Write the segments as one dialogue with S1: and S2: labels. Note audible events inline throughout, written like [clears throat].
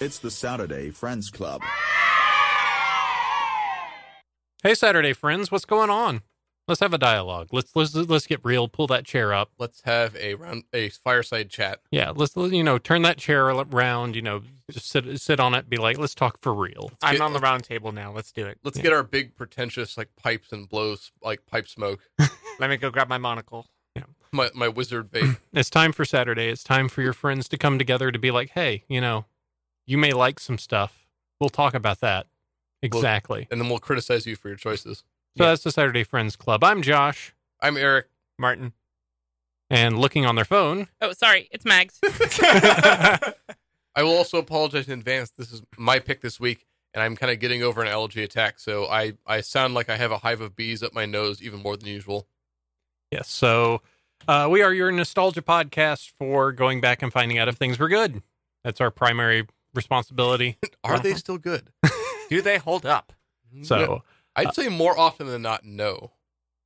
S1: It's the Saturday Friends Club.
S2: Hey, Saturday friends, what's going on? Let's have a dialogue. Let's let's let's get real. Pull that chair up.
S3: Let's have a round a fireside chat.
S2: Yeah, let's you know turn that chair around. You know, just sit sit on it. Be like, let's talk for real.
S3: get-
S4: I'm on the round table now. Let's do it.
S3: Let's
S2: Yeah.
S3: get our big pretentious like pipes and blows like pipe smoke.
S4: [laughs] Let me go grab my monocle.
S3: My my wizard
S4: [laughs]
S3: vape.
S2: It's time for Saturday. It's time for your friends to come together to be like, hey, you know, you may like some stuff. We'll talk about that. Exactly.
S3: and then we'll criticize you for your choices.
S2: so that's the Saturday Friends Club. I'm Josh,
S3: I'm Eric.
S4: Martin.
S2: and looking on their phone. [laughs]
S5: Oh, sorry, it's Mags.
S3: I will also apologize in advance. This is my pick this week, and I'm kind of getting over an allergy attack, so I, I sound like I have a hive of bees up my nose even more than usual.
S2: Yes. So uh, we are your nostalgia podcast for going back and finding out if things were good. That's our primary responsibility.
S3: Are
S4: Uh-huh.
S3: they still good?
S4: [laughs] Do they hold up?
S3: No.
S2: So,
S4: uh,
S3: I'd say more often than not, no.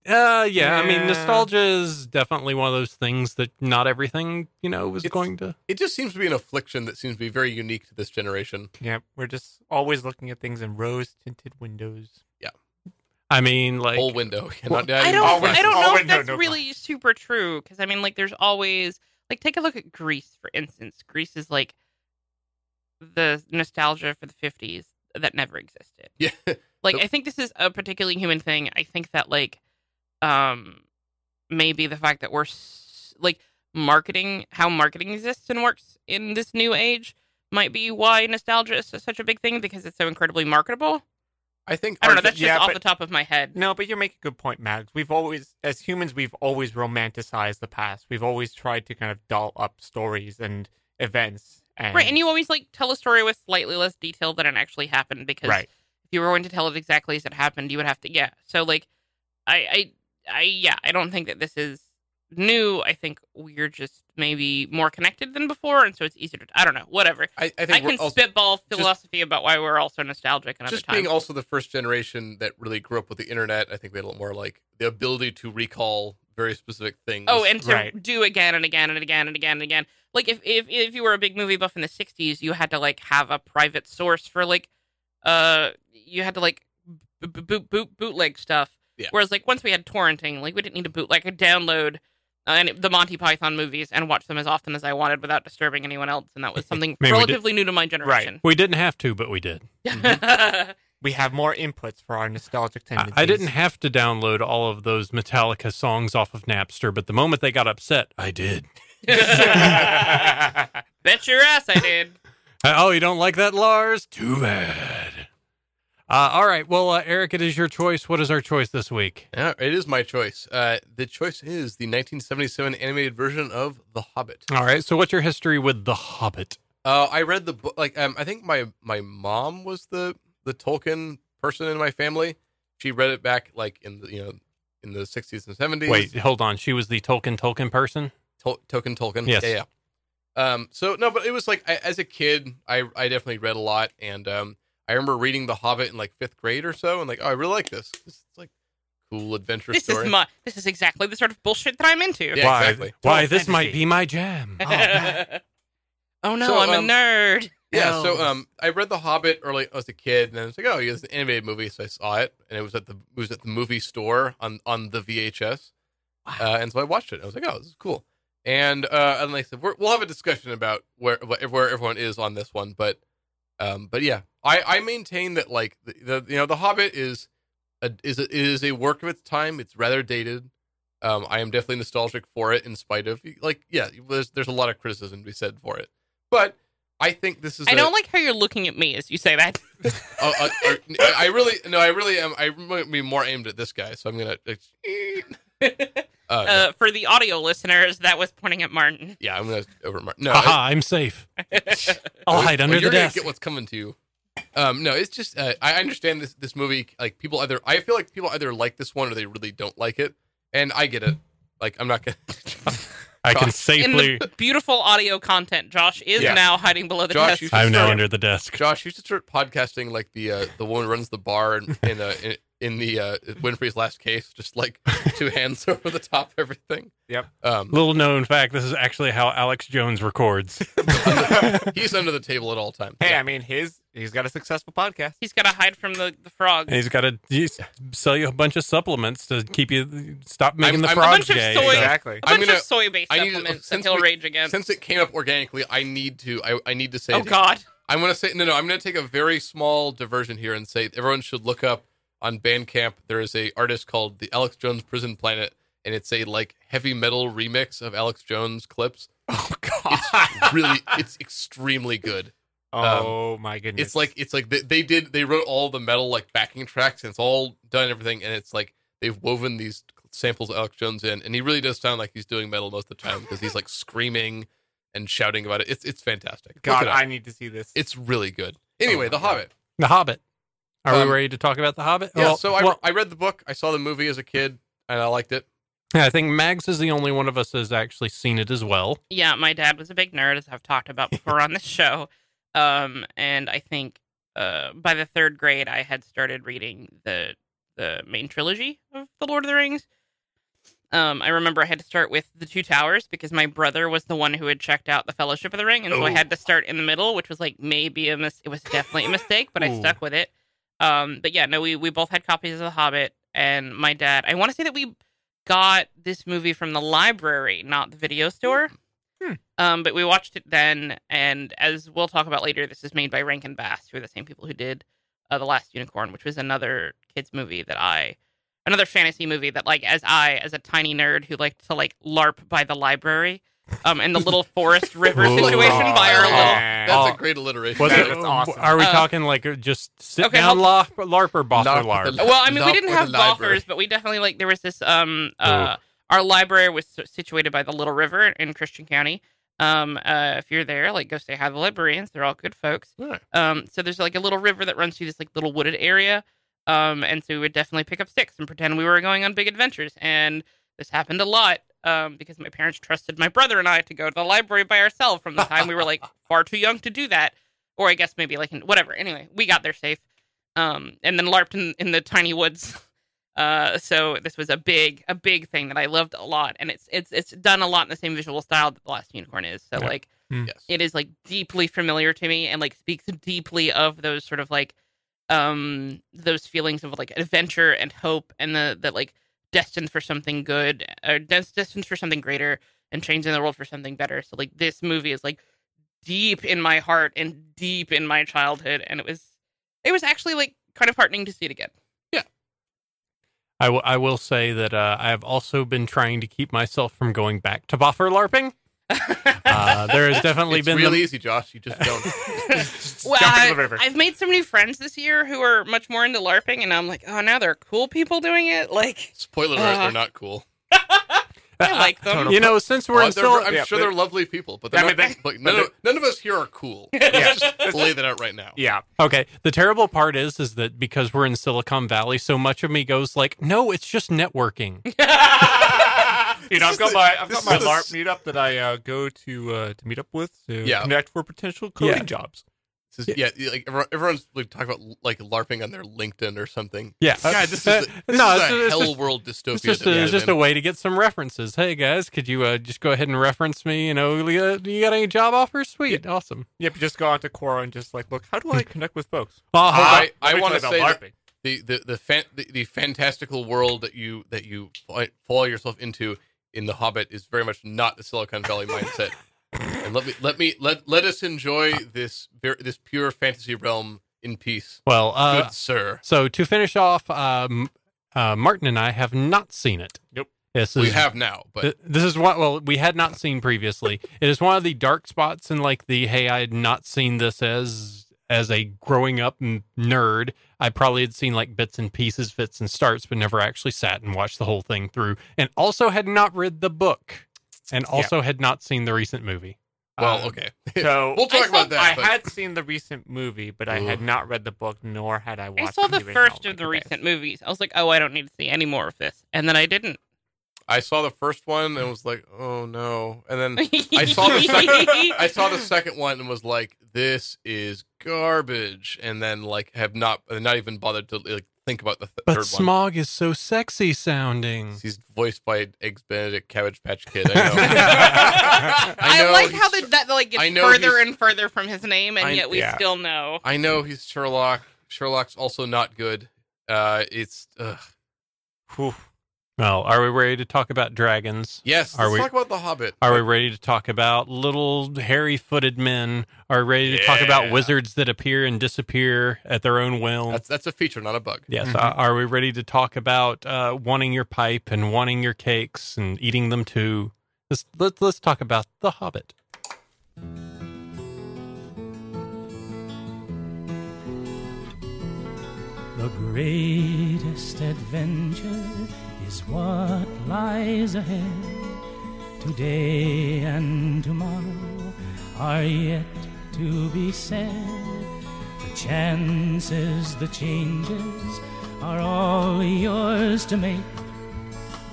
S2: uh, yeah, I mean,
S4: Yeah.
S2: nostalgia is definitely one of those things that not everything, you know, was
S3: It's-
S2: going to.
S3: It just seems to be an affliction that seems to be very unique to this generation.
S4: Yeah, we're just always looking at things in rose tinted windows.
S2: I mean, like,
S3: Whole window. [laughs] Yeah,
S2: Well,
S3: not- yeah,
S5: I
S3: you-
S5: don't,
S4: always-
S5: I don't know
S4: always
S5: if
S4: no,
S5: that's
S4: no,
S5: really super true because I mean, like, there's always like take a look at Greece for instance. Greece is like the nostalgia for the '50s that never existed.
S3: [laughs] Yeah.
S5: Like,
S3: Nope.
S5: I think this is a particularly human thing. I think that like, um, maybe the fact that we're s- like marketing, how marketing exists and works in this new age. Might be why nostalgia is such a big thing because it's so incredibly marketable.
S3: I think
S5: I don't know.
S3: our-
S5: That's just
S4: yeah,
S5: off
S4: but-
S5: the top of my head.
S4: No, but you make a good point, Mags. We've always, as humans, we've always romanticized the past. We've always tried to kind of doll up stories and events. And,
S5: Right, and you always like tell a story with slightly less detail than it actually happened because
S4: Right.
S5: if you were going to tell it exactly as it happened, you would have to yeah. So like I I I yeah, I don't think that this is new. I think we're just maybe more connected than before and so it's easier to I don't know, whatever.
S3: I, I think
S5: I
S3: we're
S5: can
S3: also-
S5: spitball philosophy about why we're also nostalgic another
S3: just
S5: time.
S3: being also the first generation that really grew up with the internet. I think they had a little more like the ability to recall very specific things.
S5: Oh, and to
S4: Right.
S5: do again and again and again and again and again. Like if, if if you were a big movie buff in the '60s, you had to like have a private source for like, uh, you had to like boot boot, boot bootleg stuff.
S3: Yeah.
S5: Whereas like once we had torrenting, like we didn't need to bootleg or download uh, and the Monty Python movies and watch them as often as I wanted without disturbing anyone else, and that was something
S2: Maybe we did-
S5: relatively new to my generation.
S2: we didn't have to, but we did.
S4: we have more inputs for our nostalgic
S2: I,
S4: tendencies.
S2: I didn't have to download all of those Metallica songs off of Napster, but the moment they got upset, I did.
S5: [laughs] Bet your ass I did.
S2: Uh, oh, you don't like that, Lars? Too bad. Uh, all right. Well, uh, Eric, it is your choice. What is our choice this week?
S3: Yeah, it is my choice. Uh, the choice is the 1977 animated version of The Hobbit.
S2: All right. So, what's your history with The Hobbit?
S3: Uh, I read the book. Like, um, I think my my mom was the the Tolkien person in my family. She read it back like in the you know in the 60s and 70s.
S2: Wait, hold on. She was the Tolkien Tolkien person.
S3: Tol- Token Tolkien.
S2: Yes.
S3: Yeah, yeah. Um, so no, but it was like I, as a kid, I I definitely read a lot, and um, I remember reading The Hobbit in like fifth grade or so, and like oh, I really like this. This is like cool adventure
S5: This
S3: story.
S5: is my. This is exactly the sort of bullshit that I'm into.
S3: Yeah,
S2: why?
S3: exactly.
S2: Why
S4: Total
S2: this might
S4: fantasy.
S2: be my
S5: [laughs]
S2: jam.
S5: oh no,
S3: Oh, So,
S5: I'm
S3: um,
S5: a nerd.
S3: yeah. So um, I read The Hobbit early as a kid, and then it's like oh, yeah, it's an animated movie, so I saw it, and it was at the it was at the movie store on on the VHS, uh, and so I watched it. I was like oh, this is cool. And uh, and like I said, we're, we'll have a discussion about where where everyone is on this one, but Um, but yeah, I, I maintain that like the, the you know the Hobbit is a, is a, it is a work of its time. It's rather dated. Um, I am definitely nostalgic for it, in spite of like yeah, there's there's a lot of criticism to be said for it, but I think this is
S5: I
S3: a-
S5: don't like how you're looking at me as you say
S3: [laughs]
S5: that.
S3: a- a-
S5: [laughs]
S3: a- I really no, I really am. I might be more aimed at this guy, so I'm gonna. [laughs] Uh,
S5: Uh, for the audio listeners, that was pointing at Martin.
S3: yeah, I'm gonna over. No,
S2: Haha, I'm safe. I'll hide
S3: Well,
S2: under the
S3: you're gonna
S2: desk.
S3: Get what's coming to you. Um, no, it's just uh, I understand this this movie. Like people either I feel like people either like this one or they really don't like it, and I get it. Like I'm not gonna. [laughs]
S2: I
S3: Josh. In
S2: can
S3: the-
S5: In
S2: safely.
S5: the beautiful audio content, Josh is
S3: Yeah.
S5: now hiding below the
S3: Josh,
S5: desk.
S3: you should
S2: I'm now
S3: start-
S2: under the desk.
S3: Josh, you should start podcasting like the uh, the woman who runs the bar in in, uh, in in the uh, Winfrey's last case, just like [laughs] two hands over the top of everything.
S4: Yep.
S3: Um,
S2: Little known fact: this is actually how Alex Jones records.
S3: [laughs] he's under the table at all times.
S4: Hey,
S3: Yeah.
S4: I mean, his he's got a
S5: [laughs]
S4: successful podcast.
S5: He's got to hide from the, the frog.
S2: And he's got to sell you a bunch of supplements to keep you stop making
S3: I'm-
S2: the
S3: I'm- A
S2: frog
S5: bunch of
S2: gay.
S5: soy-
S2: so-
S5: [laughs]
S4: Exactly.
S5: A
S3: I'm
S5: bunch
S3: gonna-
S5: of soy based
S3: I need-
S5: supplements
S3: since
S5: that he'll
S3: we-
S5: rage again.
S3: Since it came up organically, I need to. I, I need to say.
S5: oh,
S3: it.
S5: God.
S3: I'm gonna say no, no. I'm gonna take a very small diversion here and say everyone should look up on Bandcamp. There is a artist called the Alex Jones Prison Planet, and it's a like heavy metal remix of Alex Jones clips.
S4: [laughs] Oh [laughs]
S3: It's really, it's extremely good.
S4: oh my goodness.
S3: Um, It's like it's like they, they did they wrote all the metal like backing tracks and it's all done and everything and it's like they've woven these samples of Alex Jones in and he really does sound like he's doing metal most of the time because he's like screaming and shouting about it. It's it's fantastic. Look
S4: God,
S3: it up.
S4: I need to see this.
S3: it's really good. Anyway,
S4: my
S3: The
S4: God.
S3: Hobbit.
S2: The Hobbit. Are
S3: Um,
S2: we ready to talk about the Hobbit?
S3: Yeah,
S2: Well-
S3: so I,
S2: well,
S3: I read the book. I saw the movie as a kid, and I liked it.
S2: I think Mags is the only one of us that's actually seen it as well.
S5: Yeah, my dad was a big nerd, as I've talked about before on this show. Um, and I think uh, by the third grade, I had started reading the the main trilogy of the Lord of the Rings. Um, I remember I had to start with the Two Towers because my brother was the one who had checked out the Fellowship of the Ring, and so I
S3: Oh.
S5: had to start in the middle, which was like maybe a mis- it was definitely a mistake, but I
S2: Ooh.
S5: stuck with it. Um, but yeah, no, we we both had copies of The Hobbit, and my dad. I want to say that we got this movie from the library, not the video store.
S4: Hmm.
S5: Um, but we watched it then, and as we'll talk about later, this is made by Rankin Bass, who are the same people who did uh, The Last Unicorn, which was another kids movie that I, another fantasy movie that like as I, as a tiny nerd who liked to like LARP by the library, um, and the little forest river
S2: Ooh.
S5: situation by our
S3: Oh,
S5: little.
S3: That's
S2: Oh.
S3: a great alliteration.
S4: Ah. Was it-
S3: That
S4: That's awesome.
S2: Are we
S5: Uh,
S2: talking like just sit
S5: okay,
S2: down LARP, LARP or boss
S3: Larp
S2: or
S3: with
S2: LARP?
S3: the-
S5: [laughs] Well, I mean, we
S3: LARP
S5: didn't
S3: or
S5: have
S3: the library.
S5: golfers, but we definitely like there was this. Um, uh, our library was s- situated by the Little River in Christian County. Um, uh, if you're there, like go say hi to the librarians. They're all good folks.
S3: Yeah.
S5: Um, so there's like a little river that runs through this like little wooded area. Um, and so we would definitely pick up sticks and pretend we were going on big adventures. And this happened a lot. Um, because my parents trusted my brother and I to go to the library by ourselves from the time we were
S3: [laughs]
S5: like far too young to do that, or I guess maybe like in, whatever. Anyway, we got there safe, um, and then larped in, in the tiny woods. [laughs] Uh, so this was a big, a big thing that I loved a lot, and it's it's it's done a lot in the same visual style that the Last Unicorn is. So
S2: Yeah.
S5: like
S3: Yes.
S5: it is like deeply familiar to me and like speaks deeply of those sort of like um those feelings of like adventure and hope and the that like destined for something good or des- destined for something greater and changing the world for something better so like this movie is like deep in my heart and deep in my childhood and it was it was actually like kind of heartening to see it again
S2: I, w- I will say that uh, I have also been trying to keep myself from going back to buffer
S3: [laughs]
S2: LARPing. Uh, there has definitely
S3: It's
S2: been
S3: real
S2: the-
S3: easy, Josh. You just don't.
S5: well,
S4: jump
S5: I,
S4: into the river.
S5: I've made some new friends this year who are much more into LARPing, and I'm like, oh, now there are cool people doing it. [laughs] Like,
S3: Spoiler alert: they're not cool.
S5: I like them.
S2: you
S3: [laughs]
S2: know since we're
S3: Well,
S2: in
S3: they're-
S2: still
S3: I'm
S4: yeah,
S3: sure
S4: they're-
S3: they're lovely people, but they're
S4: I
S3: not,
S4: mean,
S3: like, none, of, none of us here are cool. Let's just lay that out right now.
S4: yeah.
S2: okay. The terrible part is is that because we're in Silicon Valley, so much of me goes like, no, it's just networking.
S4: [laughs] You know, I've got my I've
S3: this
S4: got my
S3: is the
S4: LARP
S3: s-
S4: meetup that I uh, go to uh, to meet up with to
S3: Yeah.
S4: connect for potential coding jobs.
S3: This is- yeah, like everyone, everyone's like talking about like LARPing on their LinkedIn or something.
S2: Yeah,
S3: God, this is a, this
S2: no,
S3: is
S2: it's,
S3: a
S2: it's
S3: hell
S2: just,
S3: world dystopia.
S2: it's just
S3: that we
S2: a,
S3: live
S2: it's just
S3: in.
S2: a way to get some references. Hey guys, could you uh, just go ahead and reference me? You know, you got, you got any job offers? Sweet, awesome.
S4: Yep, you just go onto Quora and just like look,
S3: [laughs]
S4: how do I connect with folks?
S2: Well, I'll hold
S3: I,
S2: up.
S3: I
S4: Let me
S3: want to
S4: tell
S3: say
S4: you about
S3: that the the the, fan, the the fantastical world that you that you fi- fall yourself into in The Hobbit is very much not the Silicon Valley mindset. And let me let me let let us enjoy this ver- this pure fantasy realm in peace,
S2: Well, uh,
S3: good sir.
S2: so to finish off, um, uh, Martin and I have not seen it.
S4: Nope.
S2: This is
S3: We have now, but
S2: Th- this is what well we had not seen previously. [laughs] it is one of the dark spots in like the hey I had not seen this as as a growing up n- nerd. I probably had seen like bits and pieces, fits and starts, but never actually sat and watched the whole thing through. And also had not read the book, and also had not seen the recent movie.
S3: well,
S2: uh,
S4: Um,
S3: okay.
S4: So
S3: We'll talk
S5: I
S3: about
S5: thought
S3: that.
S4: I
S3: but- Mm-hmm.
S4: had seen the recent movie, but I had not read the book, nor had I watched.
S5: I saw the
S4: original
S5: first of
S4: Wicked
S5: the
S4: Witch.
S5: recent movies. I was like, oh, I don't need to see any more of this. And then I didn't.
S3: I saw the first one and was like, oh no. And then I
S2: [laughs]
S5: [laughs]
S3: saw the second I saw the second one and was like, this is garbage. And then like have not not even bothered to like think about the th-
S2: But
S3: third one.
S2: Smog is so sexy sounding.
S3: He's voiced by Eggs Benedict Cabbage Patch Kid.
S2: [laughs]
S3: I know.
S4: I
S3: I
S5: I,
S3: know
S5: like how
S3: he's-
S5: the, that like
S3: I
S5: gets
S3: know
S5: further
S3: he's-
S5: and further from his name, and
S3: I-
S5: yet we
S4: yeah.
S5: still know.
S3: I know he's Sherlock. Sherlock's also not good. Uh, it's ugh.
S4: Whew.
S2: Well, are we ready to talk about dragons?
S3: yes.
S2: Are
S3: let's
S2: we-
S3: talk about the Hobbit.
S2: Are we ready to talk about little hairy footed men? Are we ready to talk about
S3: Yeah.
S2: wizards that appear and disappear at their own will?
S3: That's mm-hmm. that's a feature, not a bug.
S2: yes.
S4: Mhm.
S2: Are- Are we ready to talk about uh, wanting your pipe and wanting your cakes and eating them too? Let's, let's, let's talk about The Hobbit.
S6: The greatest adventure is what lies ahead. Today and tomorrow are yet to be said. The chances, the changes are all yours to make.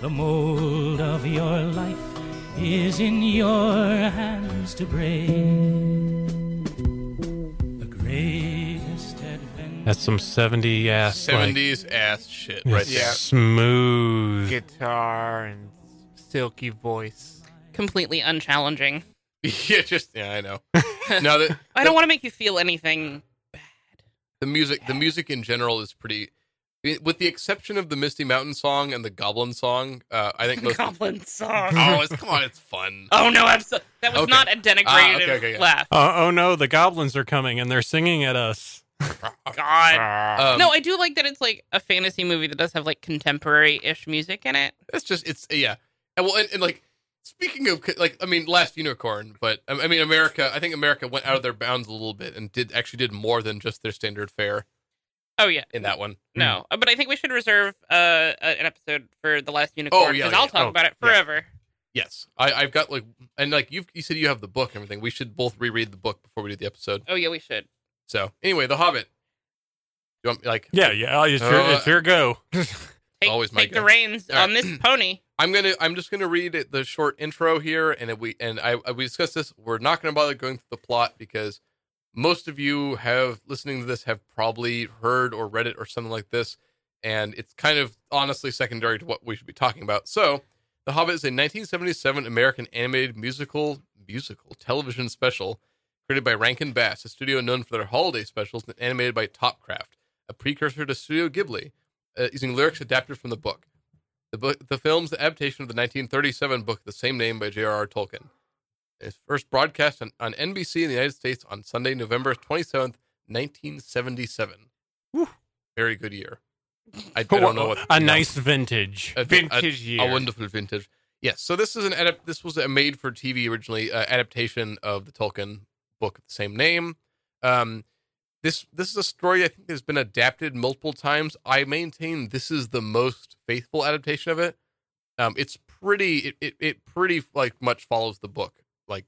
S6: The mold of your life is in your hands to break. The greatest adventure.
S2: That's some 70 ass.
S3: Seventies ass shit,
S2: Like,
S3: right
S2: it's
S3: there.
S2: Smooth.
S4: Guitar and silky voice.
S5: Completely unchallenging.
S3: [laughs] yeah, just yeah,
S2: [laughs]
S3: I know. no, the,
S5: I don't want to make you feel anything.
S3: the music, the music in general is pretty. eh, With the exception of the Misty Mountain song and the Goblin song, uh,
S2: [laughs]
S3: I think most. [laughs]
S5: Goblin song.
S3: oh, it's, come on, it's fun.
S5: Oh no, absolutely. That was
S3: Okay.
S5: not a denigrative
S3: Ah, okay, okay, yeah.
S5: laugh.
S2: Uh, oh no, the goblins are coming and they're singing at us. Oh,
S5: God.
S3: Um,
S5: no, I do like that it's like a fantasy movie that does have like contemporary-ish music in it.
S3: It's just it's yeah. And well, and, and like speaking of like I mean, last unicorn, but I I mean America. I think America went out of their bounds a little bit and did actually did more than just their standard fare
S5: Oh yeah,
S3: in that one.
S5: no, Uh, but I think we should reserve uh, a- an episode for the last unicorn because
S3: yeah,
S5: I'll
S3: yeah.
S5: talk
S4: Oh,
S5: about it
S4: yeah.
S5: forever.
S3: Yes, I, I've got like and like you you said you have the book and everything. We should both reread the book before we do the episode.
S5: Oh yeah, we should.
S3: So anyway, The Hobbit. You want like
S2: Yeah, yeah. It's your,
S3: Uh,
S2: it's your go.
S5: Take,
S3: Always my
S5: take the
S3: go.
S5: reins
S3: All right.
S5: on this
S3: [clears throat]
S5: pony.
S3: I'm gonna I'm just gonna read it- the short intro here, and it, we and I I- we discussed this. We're not gonna bother going through the plot because most of you have listening to this have probably heard or read it or something like this, and it's kind of honestly secondary to what we should be talking about. So, The Hobbit is a 1977 American animated musical musical television special created by Rankin Bass, a studio known for their holiday specials, and animated by Topcraft, a precursor to Studio Ghibli, uh, using lyrics adapted from the book. The book, the film's adaptation of the 1937 book, of the same name by J.R.R. Tolkien. It's first broadcast on, on NBC in the United States on Sunday, November 27th, 1977. Very good year. I,
S2: [laughs]
S3: I don't know what
S2: a nice vintage.
S3: a- a-
S4: Vintage year.
S3: a wonderful vintage. Yes. So this is an adapt. This was a made for TV originally uh, adaptation of the Tolkien book of the same name. Um, this this is a story I think has been adapted multiple times. I maintain this is the most faithful adaptation of it. Um, it's pretty. It, it it pretty like much follows the book. Like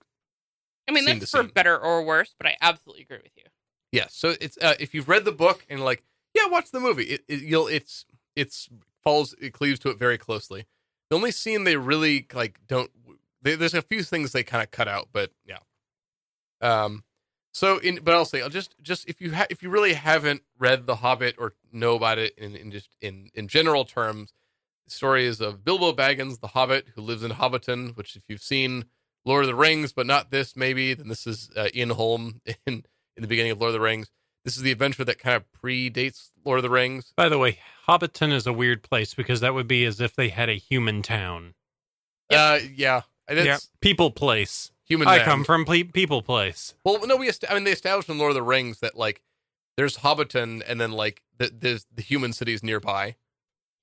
S5: I mean,
S3: Scene
S5: that's
S3: to
S5: for
S3: scene.
S5: better or worse, but I absolutely agree with you.
S3: Yeah, so it's uh, if you've read the book and like, yeah, watch the movie. It, it you'll it's it's follows it cleaves to it very closely. The only scene they really like don't they, there's a few things they kind of cut out, but yeah. Um, so in but I'll say I'll just just if you ha- if you really haven't read The Hobbit or know about it in in just in in general terms, the story is of Bilbo Baggins, the Hobbit, who lives in Hobbiton, which if you've seen Lord of the Rings, but not this maybe, then this is uh, Ian Holm [laughs] in in the beginning of Lord of the Rings. This is the adventure that kind of predates Lord of the Rings.
S2: By the way, Hobbiton is a weird place because that would be as if they had a human town.
S3: Uh, yeah, and it's
S2: People place.
S3: human.
S2: I
S3: land.
S2: come from ple- people place.
S3: Well, no, we. Est- I mean, they established in Lord of the Rings that like there's Hobbiton, and then like th- there's the human cities nearby.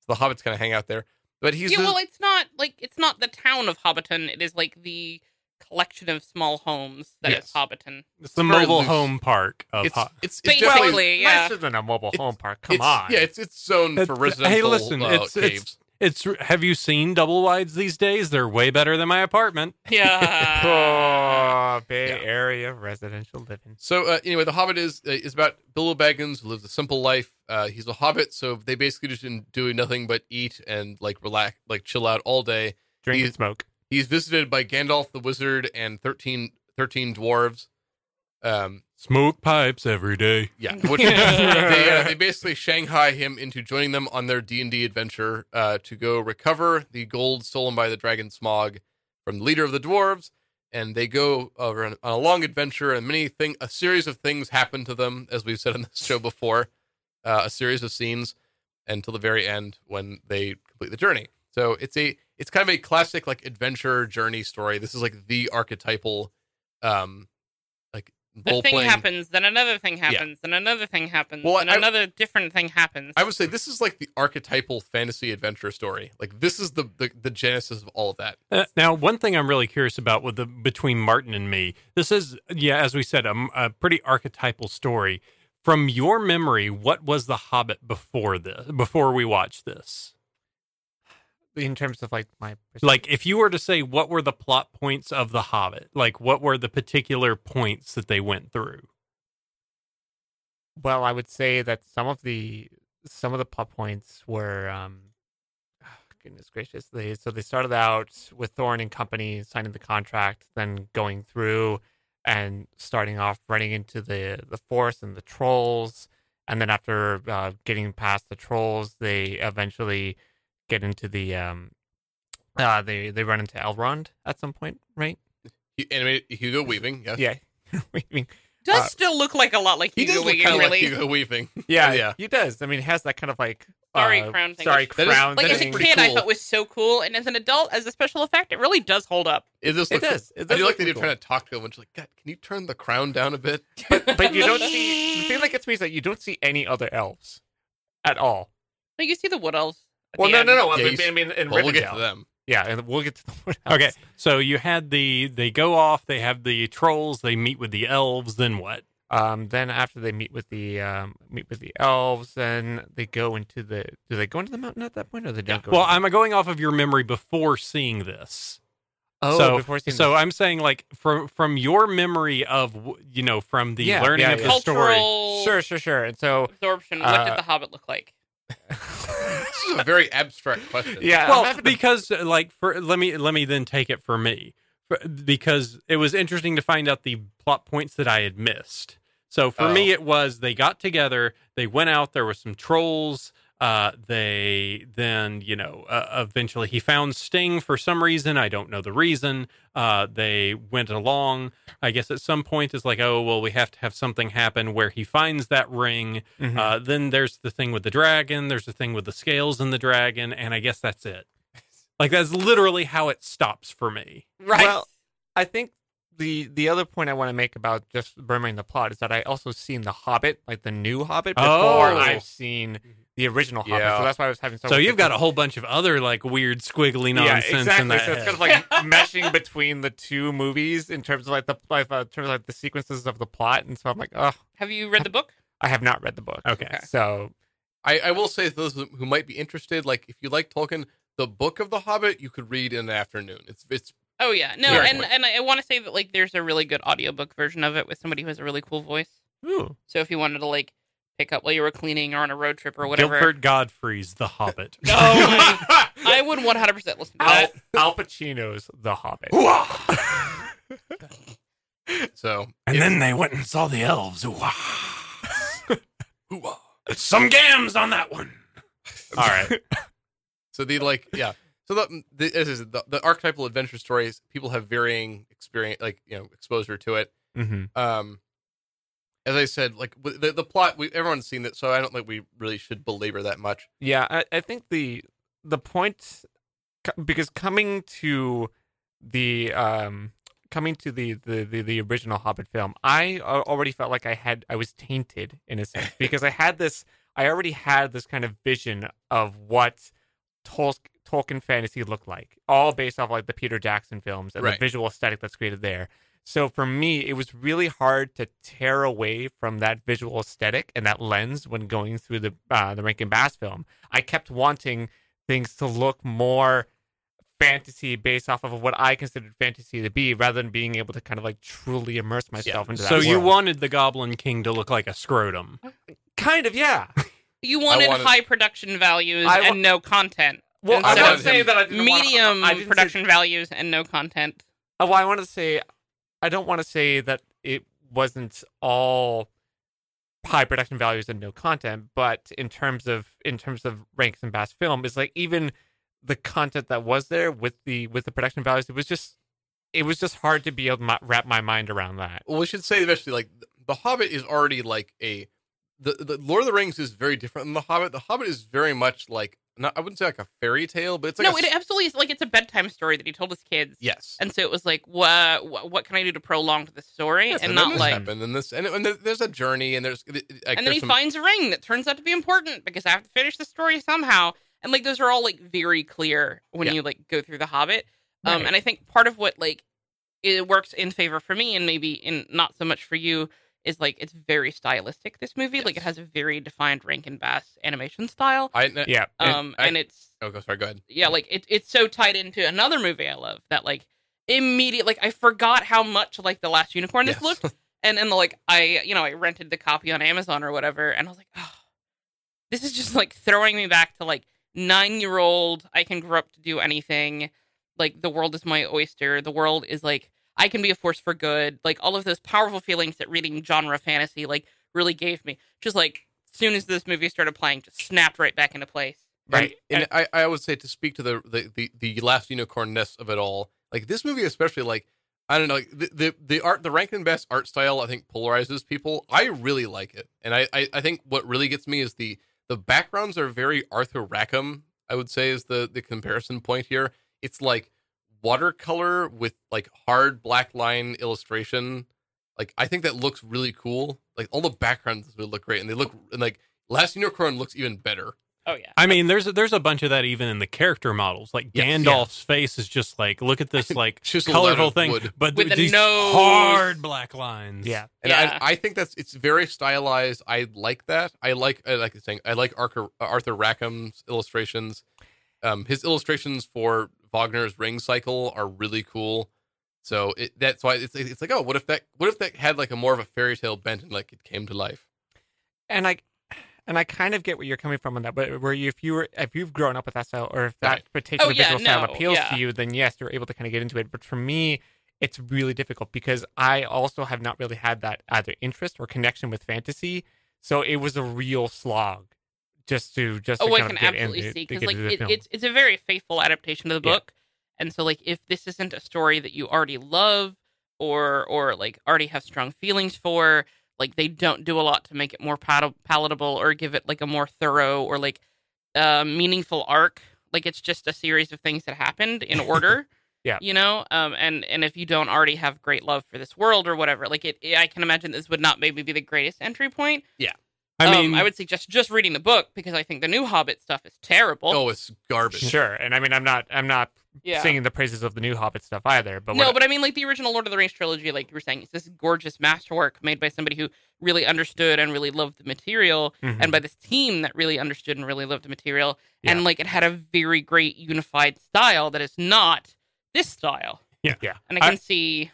S3: So the hobbits kind of hang out there. But he's
S5: yeah,
S3: the-
S5: well, it's not like it's not the town of Hobbiton. It is like the collection of small homes that is
S3: Yes.
S5: Hobbiton.
S2: It's the
S3: very
S2: mobile
S3: loose.
S2: home park of
S3: it's,
S2: Ho-
S3: it's, it's
S5: Basically,
S3: definitely-
S5: yeah.
S4: Nicer than a mobile
S3: It's-
S4: home park. Come
S3: it's-
S4: on.
S3: Yeah, it's it's zoned for
S2: It's-
S3: residential.
S2: hey, listen,
S3: uh,
S2: it's- it's-
S3: caves.
S2: it's. Have you seen double wides these days? They're way better than my apartment.
S3: [laughs]
S5: Yeah.
S4: Oh, Bay
S3: Yeah.
S4: Area residential living.
S3: So uh, anyway, the Hobbit is uh, is about Bilbo Baggins who lives a simple life. Uh, he's a hobbit, so they basically just do nothing but eat and like relax, like chill out all day.
S4: Drink
S3: You-
S4: and smoke.
S3: He's visited by Gandalf the Wizard and 13, 13 dwarves. Um,
S2: Smoke pipes every day.
S3: yeah, [laughs] which they, uh, they basically Shanghai him into joining them on their D and D adventure uh, to go recover the gold stolen by the dragon Smog from the leader of the dwarves, and they go over on, on a long adventure. And many thing, a series of things happen to them, as we've said on this show before, uh, a series of scenes until the very end when they complete the journey. So it's a it's kind of a classic like adventure journey story. This is like the archetypal, um, like
S5: The thing
S3: role-playing-
S5: happens, then another thing happens, then another thing happens,
S3: Well,
S5: then
S3: I-
S5: another different thing happens.
S3: I would say this is like the archetypal fantasy adventure story. Like this is the the, the genesis of all of that.
S2: Uh, now, one thing I'm really curious about with the between Martin and me, this is yeah, as we said, a, m- a pretty archetypal story. From your memory, what was the Hobbit before this? Before we watched this,
S4: in terms of like my
S2: like if you were to say what were the plot points of the Hobbit, like what were the particular points that they went through?
S4: Well, I would say that some of the some of the plot points were um [sighs] goodness gracious. They so they started out with Thorn and company signing the contract, then going through and starting off running into the the forest and the trolls, and then after uh, getting past the trolls, they eventually get into the um uh they they run into Elrond at some point, right?
S3: He animated Hugo Weaving. Yeah,
S4: Yeah. [laughs] I mean,
S5: does
S4: uh,
S5: still look like a lot like
S3: he
S5: Hugo
S3: does look
S5: Weaving,
S3: kind of like
S5: really.
S3: Hugo Weaving.
S4: Yeah,
S3: yeah.
S4: he does. I mean, he has that kind of like
S5: Sorry,
S4: uh,
S5: crown thing.
S4: Sorry,
S3: That is-
S4: crown.
S5: like as
S3: That
S5: a
S3: is
S4: thing.
S3: pretty
S5: kid, I
S3: cool.
S5: thought was so cool, and as an adult, as a special effect, it really does hold up.
S3: [laughs] It just
S4: It
S3: looks.
S4: does. It
S3: I
S4: does
S3: do
S4: look
S3: like they did
S4: cool.
S3: trying to talk to him, which is like, God, can you turn the crown down a bit?
S4: but you don't see the thing
S5: [laughs]
S4: that gets me is that you don't see any other elves at all.
S5: No, you see the wood elves. at
S4: Oh, Well,
S5: the
S4: no,
S5: end.
S4: no, no.
S3: Yeah,
S4: I
S3: you
S4: mean,
S3: s-
S4: I mean in
S3: But we'll get
S4: Rivendell.
S3: to them.
S4: Yeah, and we'll get to the [laughs] wood elves.
S2: Okay, so you had the they go off, they have the trolls, they meet with the elves, then what?
S4: Um, then after they meet with the um, meet with the elves, then they go into the. Do they go into the mountain at that point, or they don't? go
S2: Well,
S4: into
S2: I'm going off of your memory before seeing this.
S4: oh,
S2: so,
S4: before seeing
S2: so
S4: the-
S2: I'm saying like from from your memory of w- you know from the
S4: Yeah,
S2: learning
S4: yeah,
S2: of
S4: yeah.
S2: the story.
S5: Cultural
S4: sure, sure, sure. And so,
S5: absorption. what
S4: Uh,
S5: did the Hobbit look like?
S3: This is a very abstract question.
S4: yeah, I'm
S2: Well,
S4: having a-
S2: because uh, like for let me let me then take it for me for, because it was interesting to find out the plot points that I had missed. So for me,
S4: Oh.
S2: it was they got together, they went out, there were some trolls. Uh, they then you know uh, eventually he found Sting for some reason I don't know the reason. Uh, they went along. I guess at some point it's like oh well we have to have something happen where he finds that ring.
S4: Mhm. [laughs]
S2: Uh, then there's the thing with the dragon. There's the thing with the scales and the dragon, and I guess that's it. Like that's literally how it stops for me.
S5: Right.
S4: Well, I think the the other point I want to make about just remembering the plot is that I also seen the Hobbit, like the new Hobbit, before
S2: Oh.
S4: I've seen the original Hobbit.
S3: Yeah.
S4: So that's why I was having
S2: So you've got a whole bunch of other like weird squiggly
S4: yeah,
S2: nonsense
S4: exactly.
S2: in that.
S4: so it's kind of
S2: head.
S4: like meshing between the two movies in terms of like the like, uh, in terms of like the sequences of the plot, and so I'm like, oh,
S5: Have you read the book?
S4: I have not read the book.
S2: Okay.
S4: so
S3: I, I will say to those who might be interested, like if you like Tolkien, the book of the Hobbit you could read in an afternoon. It's it's
S5: Oh yeah, no,
S3: Very
S5: and
S3: good.
S5: and I want to say that like there's a really good audiobook version of it with somebody who has a really cool voice.
S4: ooh,
S5: So if you wanted to like pick up while you were cleaning or on a road trip or whatever,
S2: Gilbert Godfrey's The
S4: [laughs]
S2: Hobbit. [laughs]
S5: No, I [laughs] I would 100 percent listen to
S4: Al,
S5: that.
S4: Al Pacino's The Hobbit.
S3: so
S2: and then they went and saw the elves. Ooh,
S4: [laughs]
S2: Some gams on that one. All right.
S3: So the like, yeah. So the, mm, the, as I said, the the archetypal adventure stories, people have varying experience, like you know, exposure to it.
S4: hmm
S3: Um, as I said, like with the the plot, we everyone's seen it, so I don't think we really should belabor that much.
S4: Yeah, I, I think the the point co- because coming to the um coming to the the the, the original Hobbit film, I a- already felt like I had I was tainted in a sense because I had this I already had this kind of vision of what Tol- Tolkien fantasy looked like, all based off like the Peter Jackson films and
S3: Right.
S4: the visual aesthetic that's created there. So for me, it was really hard to tear away from that visual aesthetic and that lens when going through the uh, the Rankin Bass film. I kept wanting things to look more fantasy based off of what I considered fantasy to be, rather than being able to kind of like truly immerse myself into that.
S2: So you
S4: world.
S2: wanted the Goblin King to look like a scrotum.
S4: kind of yeah.
S5: You wanted,
S3: wanted-
S5: high production values
S4: I wa-
S5: and no content.
S4: Well,
S5: And
S4: I
S5: so
S4: want to
S3: [laughs]
S4: say that I didn't wanna-
S5: Medium
S4: I didn't say- Uh,
S5: production values and no content.
S4: Oh, well, I want to say I don't want to say that it wasn't all high production values and no content, but in terms of in terms of ranks and Bass Film, is like even the content that was there with the with the production values, it was just it was just hard to be able to mi- wrap my mind around that.
S3: Well, we should say eventually, like the Hobbit is already like a the, the Lord of the Rings is very different than the Hobbit. The Hobbit is very much like not, I wouldn't say like a fairy tale, but it's like
S5: no,
S3: a,
S5: it absolutely is like it's a bedtime story that he told his kids.
S3: yes.
S5: And so it was like, what, what, what can I do to prolong the story?
S3: Yes,
S5: and
S3: then
S5: not
S3: this
S5: like,
S3: happened, and this and, and there- there's a journey and there's like,
S5: and then
S3: there's
S5: he
S3: some,
S5: finds a ring that turns out to be important because I have to finish the story somehow. And like those are all like very clear when
S3: Yeah.
S5: you like go through the Hobbit. Um,
S4: Right.
S5: and I think part of what like it works in favor for me and maybe in not so much for you is like it's very stylistic. This movie like it
S3: Yes.
S5: has a very defined Rankin Bass animation style.
S3: I, yeah.
S4: Yeah.
S3: And
S5: Um,
S3: I-
S5: and it's
S3: Oh, go sorry. Go ahead.
S5: yeah, like it, it's so tied into another movie I love that like immediate like I forgot how much like the last unicorn this
S3: Yes.
S5: looked and then like I you know I rented the copy on Amazon or whatever and I was like oh this is just like throwing me back to like nine year old I can grow up to do anything like the world is my oyster the world is like I can be a force for good like all of those powerful feelings that reading genre fantasy like really gave me just like soon as this movie started playing just snapped right back into place
S4: Right.
S3: And, and I, I would say to speak to the the the, the last unicorn ness of it all, like this movie especially, like I don't know, like, the, the the art, the Rankin Bass art style, I think polarizes people. I really like it, and I, I I think what really gets me is the the backgrounds are very Arthur Rackham. I would say is the the comparison point here. It's like watercolor with like hard black line illustration. Like I think that looks really cool. Like all the backgrounds would look great, and they look and like Last Unicorn looks even better.
S5: oh yeah
S2: I mean, there's there's a bunch of that even in the character models. Like
S3: Yes.
S2: Gandalf's face is just like, look at this like
S3: chiseled out
S2: colorful
S3: of
S2: thing,
S3: wood.
S2: but
S5: With a
S2: these
S5: nose.
S2: hard black lines.
S4: Yeah.
S3: And
S5: Yeah.
S3: I, I think that's it's very stylized. I like that. I like I like saying I like Arthur, Arthur Rackham's illustrations. Um, his illustrations for Wagner's Ring Cycle are really cool. So it, that's why it's it's like oh what if that what if that had like a more of a fairy tale bent and like it came to life.
S4: and I and I kind of get where you're coming from on that, but where you, if you were if you've grown up with that style or if that
S3: Right.
S4: particular
S5: Oh, yeah,
S4: visual style
S5: no,
S4: appeals
S5: yeah.
S4: to you, then yes, you're able to kind of get into it. But for me, it's really difficult because I also have not really had that either interest or connection with fantasy, so it was a real slog just to just
S5: oh,
S4: to
S5: I can
S4: kind of get
S5: absolutely
S4: into,
S5: see
S4: to
S5: because
S4: get
S5: like
S4: into the
S5: it,
S4: film.
S5: it's it's a very faithful adaptation of the
S4: Yeah.
S5: book, and so like if this isn't a story that you already love or or like already have strong feelings for, like they don't do a lot to make it more pal- palatable or give it like a more thorough or like uh, meaningful arc. Like it's just a series of things that happened
S4: [laughs]
S5: in order.
S4: Yeah.
S5: you know, um, and and if you don't already have great love for this world or whatever, like it, I can imagine this would not maybe be the greatest entry point.
S2: I mean,
S5: um, I would suggest just reading the book because I think the new Hobbit stuff is terrible.
S3: Oh, it's garbage.
S4: [laughs] sure, and I mean I'm not I'm not
S5: yeah.
S4: singing the praises of the new Hobbit stuff either, but
S5: no,
S4: what-
S5: but I mean, like the original Lord of the Rings trilogy, like you were saying, it's this gorgeous masterwork made by somebody who really understood and really loved the material,
S4: Mhm.
S5: and by this team that really understood and really loved the material,
S4: Yeah.
S5: and like it had a very great unified style that is not this style.
S2: Yeah.
S4: Yeah.
S5: And I can
S2: I-
S5: see,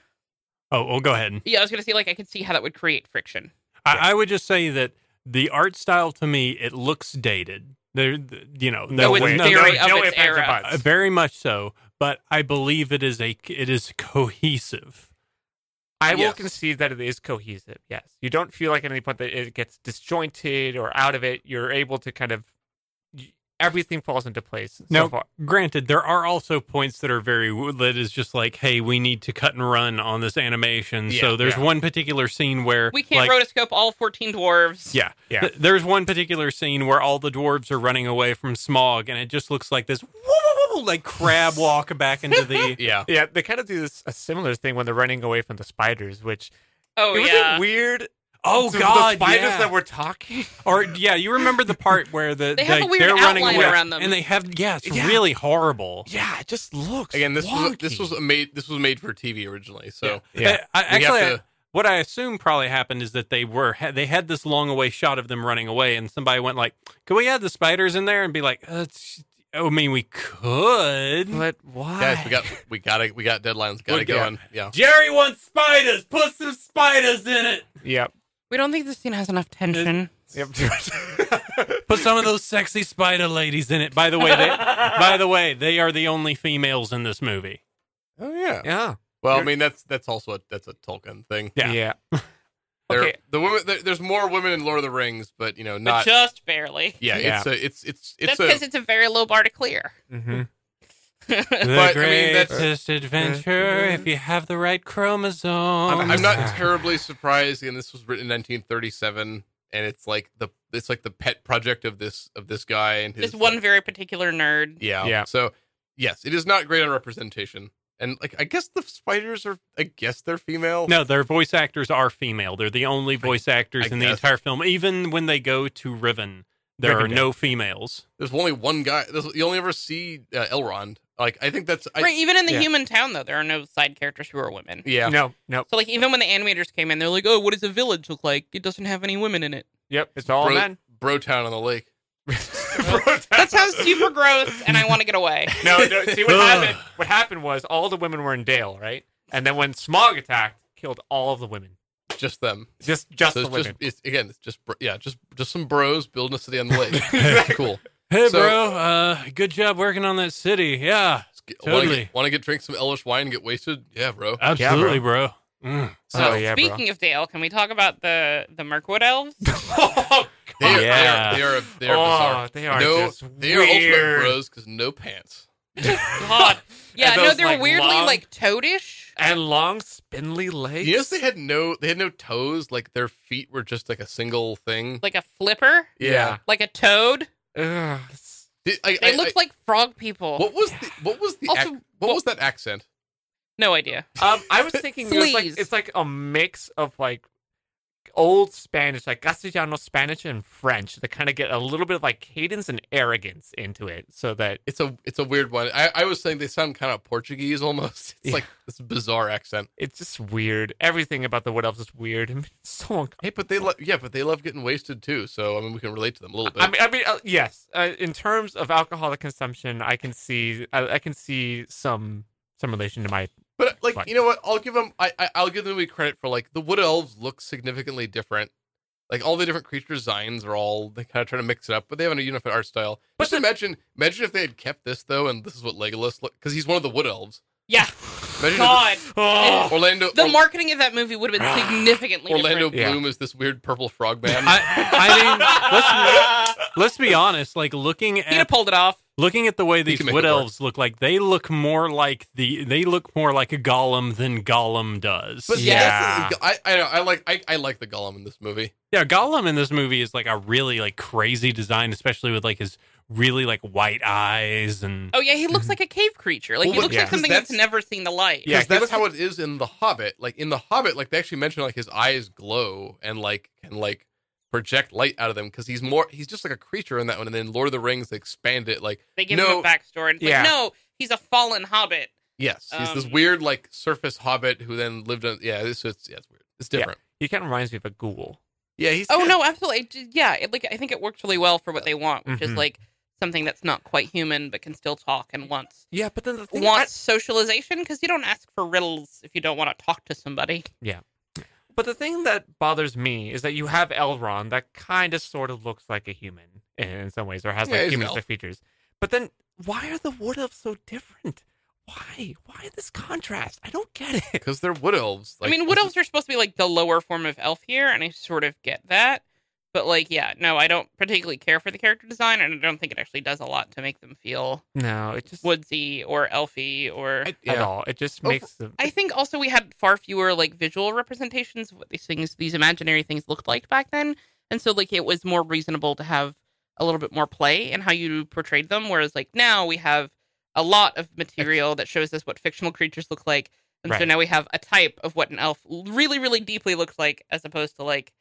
S2: oh, well, go ahead.
S5: yeah, I was gonna say, like I can see how that would create friction.
S2: I, I would just say that the art style to me, it looks dated. There, th- you know,
S4: No
S5: it's
S4: way.
S2: no,
S5: very
S2: no,
S5: of
S4: no
S5: its
S4: ifs, ands, or
S5: era.
S4: buts.
S2: uh, very much so. But I believe it is a it is cohesive.
S4: I will
S3: Yes.
S4: concede that it is cohesive. Yes, you don't feel like at any point that it gets disjointed or out of it. You're able to kind of y- everything falls into place.
S2: No.
S4: so far.
S2: Granted, there are also points that are very that is just like, hey, we need to cut and run on this animation.
S3: Yeah,
S2: so there's
S4: yeah.
S2: one particular scene where
S5: We can't
S2: like,
S5: rotoscope all fourteen dwarves.
S2: Yeah.
S4: Yeah.
S2: Th- there's one particular scene where all the dwarves are running away from Smog, and it just looks like this woo, woo, woo, woo, like crab walk back into the.
S3: [laughs] Yeah.
S4: yeah, they kind of do this a similar thing when they're running away from the spiders, which
S5: Oh
S4: it was
S5: yeah.
S4: a weird.
S2: Oh
S4: so
S2: God!
S4: the spiders
S2: yeah. Oh,
S4: that were talking.
S2: or yeah, you remember the part where the
S5: [laughs] They have a
S2: like,
S5: weird
S2: they're running
S5: outline
S2: away,
S5: around them.
S2: and they have yeah, it's
S4: Yeah.
S2: really horrible.
S4: Yeah, it just looks
S3: Again, this was
S4: wonky.
S3: this was a made this was made for TV originally. So
S4: Yeah.
S2: I, I-
S3: we have
S2: actually, I-
S3: to-
S2: what I assume probably happened is that they were ha- they had this long away shot of them running away, and somebody went like, "Can we add the spiders in there?" And be like, uh, it's- "I mean, we could."
S4: but why?
S3: guys, we got we gotta we got deadlines. Gotta
S2: We
S3: go
S2: got-
S3: on. Yeah.
S2: Jerry wants spiders. Put some spiders in it.
S4: yep,
S5: we don't think this scene has enough tension.
S4: yep.
S2: Put some of those sexy spider ladies in it. By the way,
S3: [laughs]
S2: they, by the way, they are the only females in this movie.
S3: Oh yeah.
S4: yeah,
S3: Well, I mean that's that's also a, that's a Tolkien thing.
S2: Yeah.
S4: [laughs] yeah.
S3: there's more women in Lord of the Rings, but you know,
S5: but
S3: not.
S5: just barely.
S3: yeah,
S4: Yeah.
S3: it's a, it's it's it's
S5: That's because
S3: a.
S5: it's a very low bar to clear. [laughs]
S4: Mm-hmm.
S2: The
S3: But, I mean, that's-
S2: greatest adventure if you have the right chromosomes.
S3: I'm, I'm not terribly surprised. Again, this was written in 1937, and it's like the it's like the pet project of this of this guy and his
S5: This one very particular nerd.
S3: Yeah.
S4: Yeah.
S3: So yes, it is not great on representation. And like I guess the spiders are I guess they're female.
S2: No, their voice actors are female. They're the only voice actors
S3: I
S2: in the
S3: guess.
S2: entire film. Even when they go to Riven, there
S4: Rivendell.
S2: are no females.
S3: There's only one guy. There's, you only ever see uh, Elrond. Like I think that's I,
S5: right. Even in the
S4: yeah.
S5: human town, though, there are no side characters who are women.
S3: yeah.
S4: No, no.
S5: So, like, even when the animators came in, they're like, "Oh, what does a village look like? It doesn't have any women in it."
S4: Yep, it's all
S3: Bro-
S4: men. [laughs]
S3: Brotown on the lake.
S5: That sounds super gross, and I want to get away.
S4: No, no. See
S3: [laughs]
S4: what happened? What happened was all the women were in Dale, right? And then when Smog attacked, killed all of the women.
S3: Just them.
S4: Just, just
S3: So
S4: the
S3: it's just
S4: women.
S3: it's, again, it's just bro- yeah, just just some bros building a city on [laughs] the lake. Cool.
S2: Hey,
S3: So-
S2: bro, uh, good job working on that city. Yeah, Totally.
S3: Want to get drink some Ellish wine and get wasted? Yeah, bro.
S2: absolutely, bro. Mm.
S4: oh
S5: So,
S4: yeah, bro.
S5: speaking of Dale, can we talk about the the Mirkwood elves?
S4: oh,
S3: They are,
S2: Yeah.
S3: they are, [laughs] they are, they are
S4: [laughs] Oh,
S3: bizarre.
S4: they are
S3: no,
S4: just
S3: they are ultimate
S4: weird.
S3: bros because no pants. [laughs]
S5: God, yeah,
S4: And
S5: no,
S4: those,
S5: they're
S4: like,
S5: weirdly
S4: long-
S5: like toadish.
S4: and long spindly legs.
S3: You notice they had no they had no toes, like their feet were just like a single thing.
S5: like a flipper,
S4: Yeah.
S5: like a toad.
S4: Ugh, it's-
S3: Did- I-
S5: They
S3: I-
S5: looked
S3: I-
S5: like frog people.
S3: what was the what was the
S5: Also,
S3: ac- what was that accent?
S5: No idea.
S4: um, I was thinking it was like
S5: Sleaze.
S4: it's like a mix of like old Spanish, like Castellano Spanish and French, to kind of get a little bit of like cadence and arrogance into it, so that
S3: It's a it's a weird one. I, I was saying they sound kind of Portuguese almost. [laughs] It's
S4: Yeah.
S3: like this bizarre accent.
S4: it's just weird. Everything about the wood elves is weird. [laughs] I mean, it's so uncomfortable.
S3: Hey, but they love yeah, but they love getting wasted too. So I mean, we can relate to them a little bit.
S4: I mean, I mean, uh, yes. Uh, in terms of alcoholic consumption, I can see, I, I can see some some relation to my.
S3: But like,
S4: Fine.
S3: you know what? I'll give them. I, I I'll give the movie credit for like the wood elves look significantly different. Like all the different creature designs are all they kind of try to mix it up, but they have a unified art style.
S4: But
S3: Just
S4: the-
S3: imagine, imagine if they had kept this though, and this is what Legolas look because he's one of the wood elves.
S5: Yeah,
S3: Imagine
S5: God,
S3: if
S4: Oh,
S3: Orlando
S5: the
S3: Or-
S5: marketing of that movie would have been significantly
S3: Orlando
S5: different.
S4: Yeah.
S3: Bloom is this weird purple frog man.
S2: I, I mean, let's, let's be honest. Like looking
S5: He'd have
S2: at
S5: pulled it off.
S2: looking at the
S3: [laughs]
S2: way these
S3: can make
S2: wood
S3: it work.
S2: elves look like, they look more like the they look more like a golem than Gollum does.
S3: but
S4: Yeah.
S3: yeah, I I, know, I like I, I like the Gollum in this movie.
S2: Yeah, Gollum in this movie is like a really like crazy design, especially with like his really like white eyes and
S5: Oh yeah, he looks like a cave creature. Like
S3: Well,
S5: he
S3: but-
S5: looks
S4: yeah.
S5: like something
S3: That's-
S5: that's never seen the light.
S4: Yeah,
S3: Yeah,
S4: he
S3: that's
S4: looks
S3: how it is in The Hobbit. Like in The Hobbit, like they actually mention like his eyes glow and like can like project light out of them because he's more he's just like a creature in that one. And then Lord of the Rings they expand it like
S5: They give
S3: No.
S5: him a backstory. And it's
S4: Yeah.
S5: like, no, he's a fallen hobbit.
S3: yes, he's this
S5: Um,
S3: weird like surface hobbit who then lived on yeah. This it's yeah, it's weird. It's different.
S4: he kind of reminds me of a ghoul.
S3: Yeah, he's
S5: Oh no, absolutely. It j- Yeah, it, like I think it works really well for what they want, which
S4: Mhm.
S5: is like something that's not quite human but can still talk and wants
S4: Yeah, but then the thing
S5: wants socialization because you don't ask for riddles if you don't want to talk to somebody.
S4: But the thing that bothers me is that you have Elrond that kind of sort of looks like a human in, in some ways, or has
S3: Yeah, he's
S4: like
S3: an
S4: humanistic
S3: elf.
S4: features. But then why are the wood elves so different? Why? Why this contrast? I don't get it. [laughs]
S3: because they're wood elves.
S5: I mean,
S3: this
S5: wood
S3: is-
S5: elves are supposed to be like the lower form of elf here, and I sort of get that. But like, yeah, no, I don't particularly care for the character design, and I don't think it actually does a lot to make them feel
S4: No, it just
S5: woodsy or elfy or.
S3: I-
S5: I,
S4: at
S3: yeah.
S4: all. It just
S3: Over-
S4: makes them.
S5: think also we had far fewer like visual representations of what these things, these imaginary things looked like back then, and so like it was more reasonable to have a little bit more play in how you portrayed them. Whereas like now we have a lot of material that shows us what fictional creatures look like. And so
S4: Right.
S5: now we have a type of what an elf really, really deeply looks like, as opposed to like,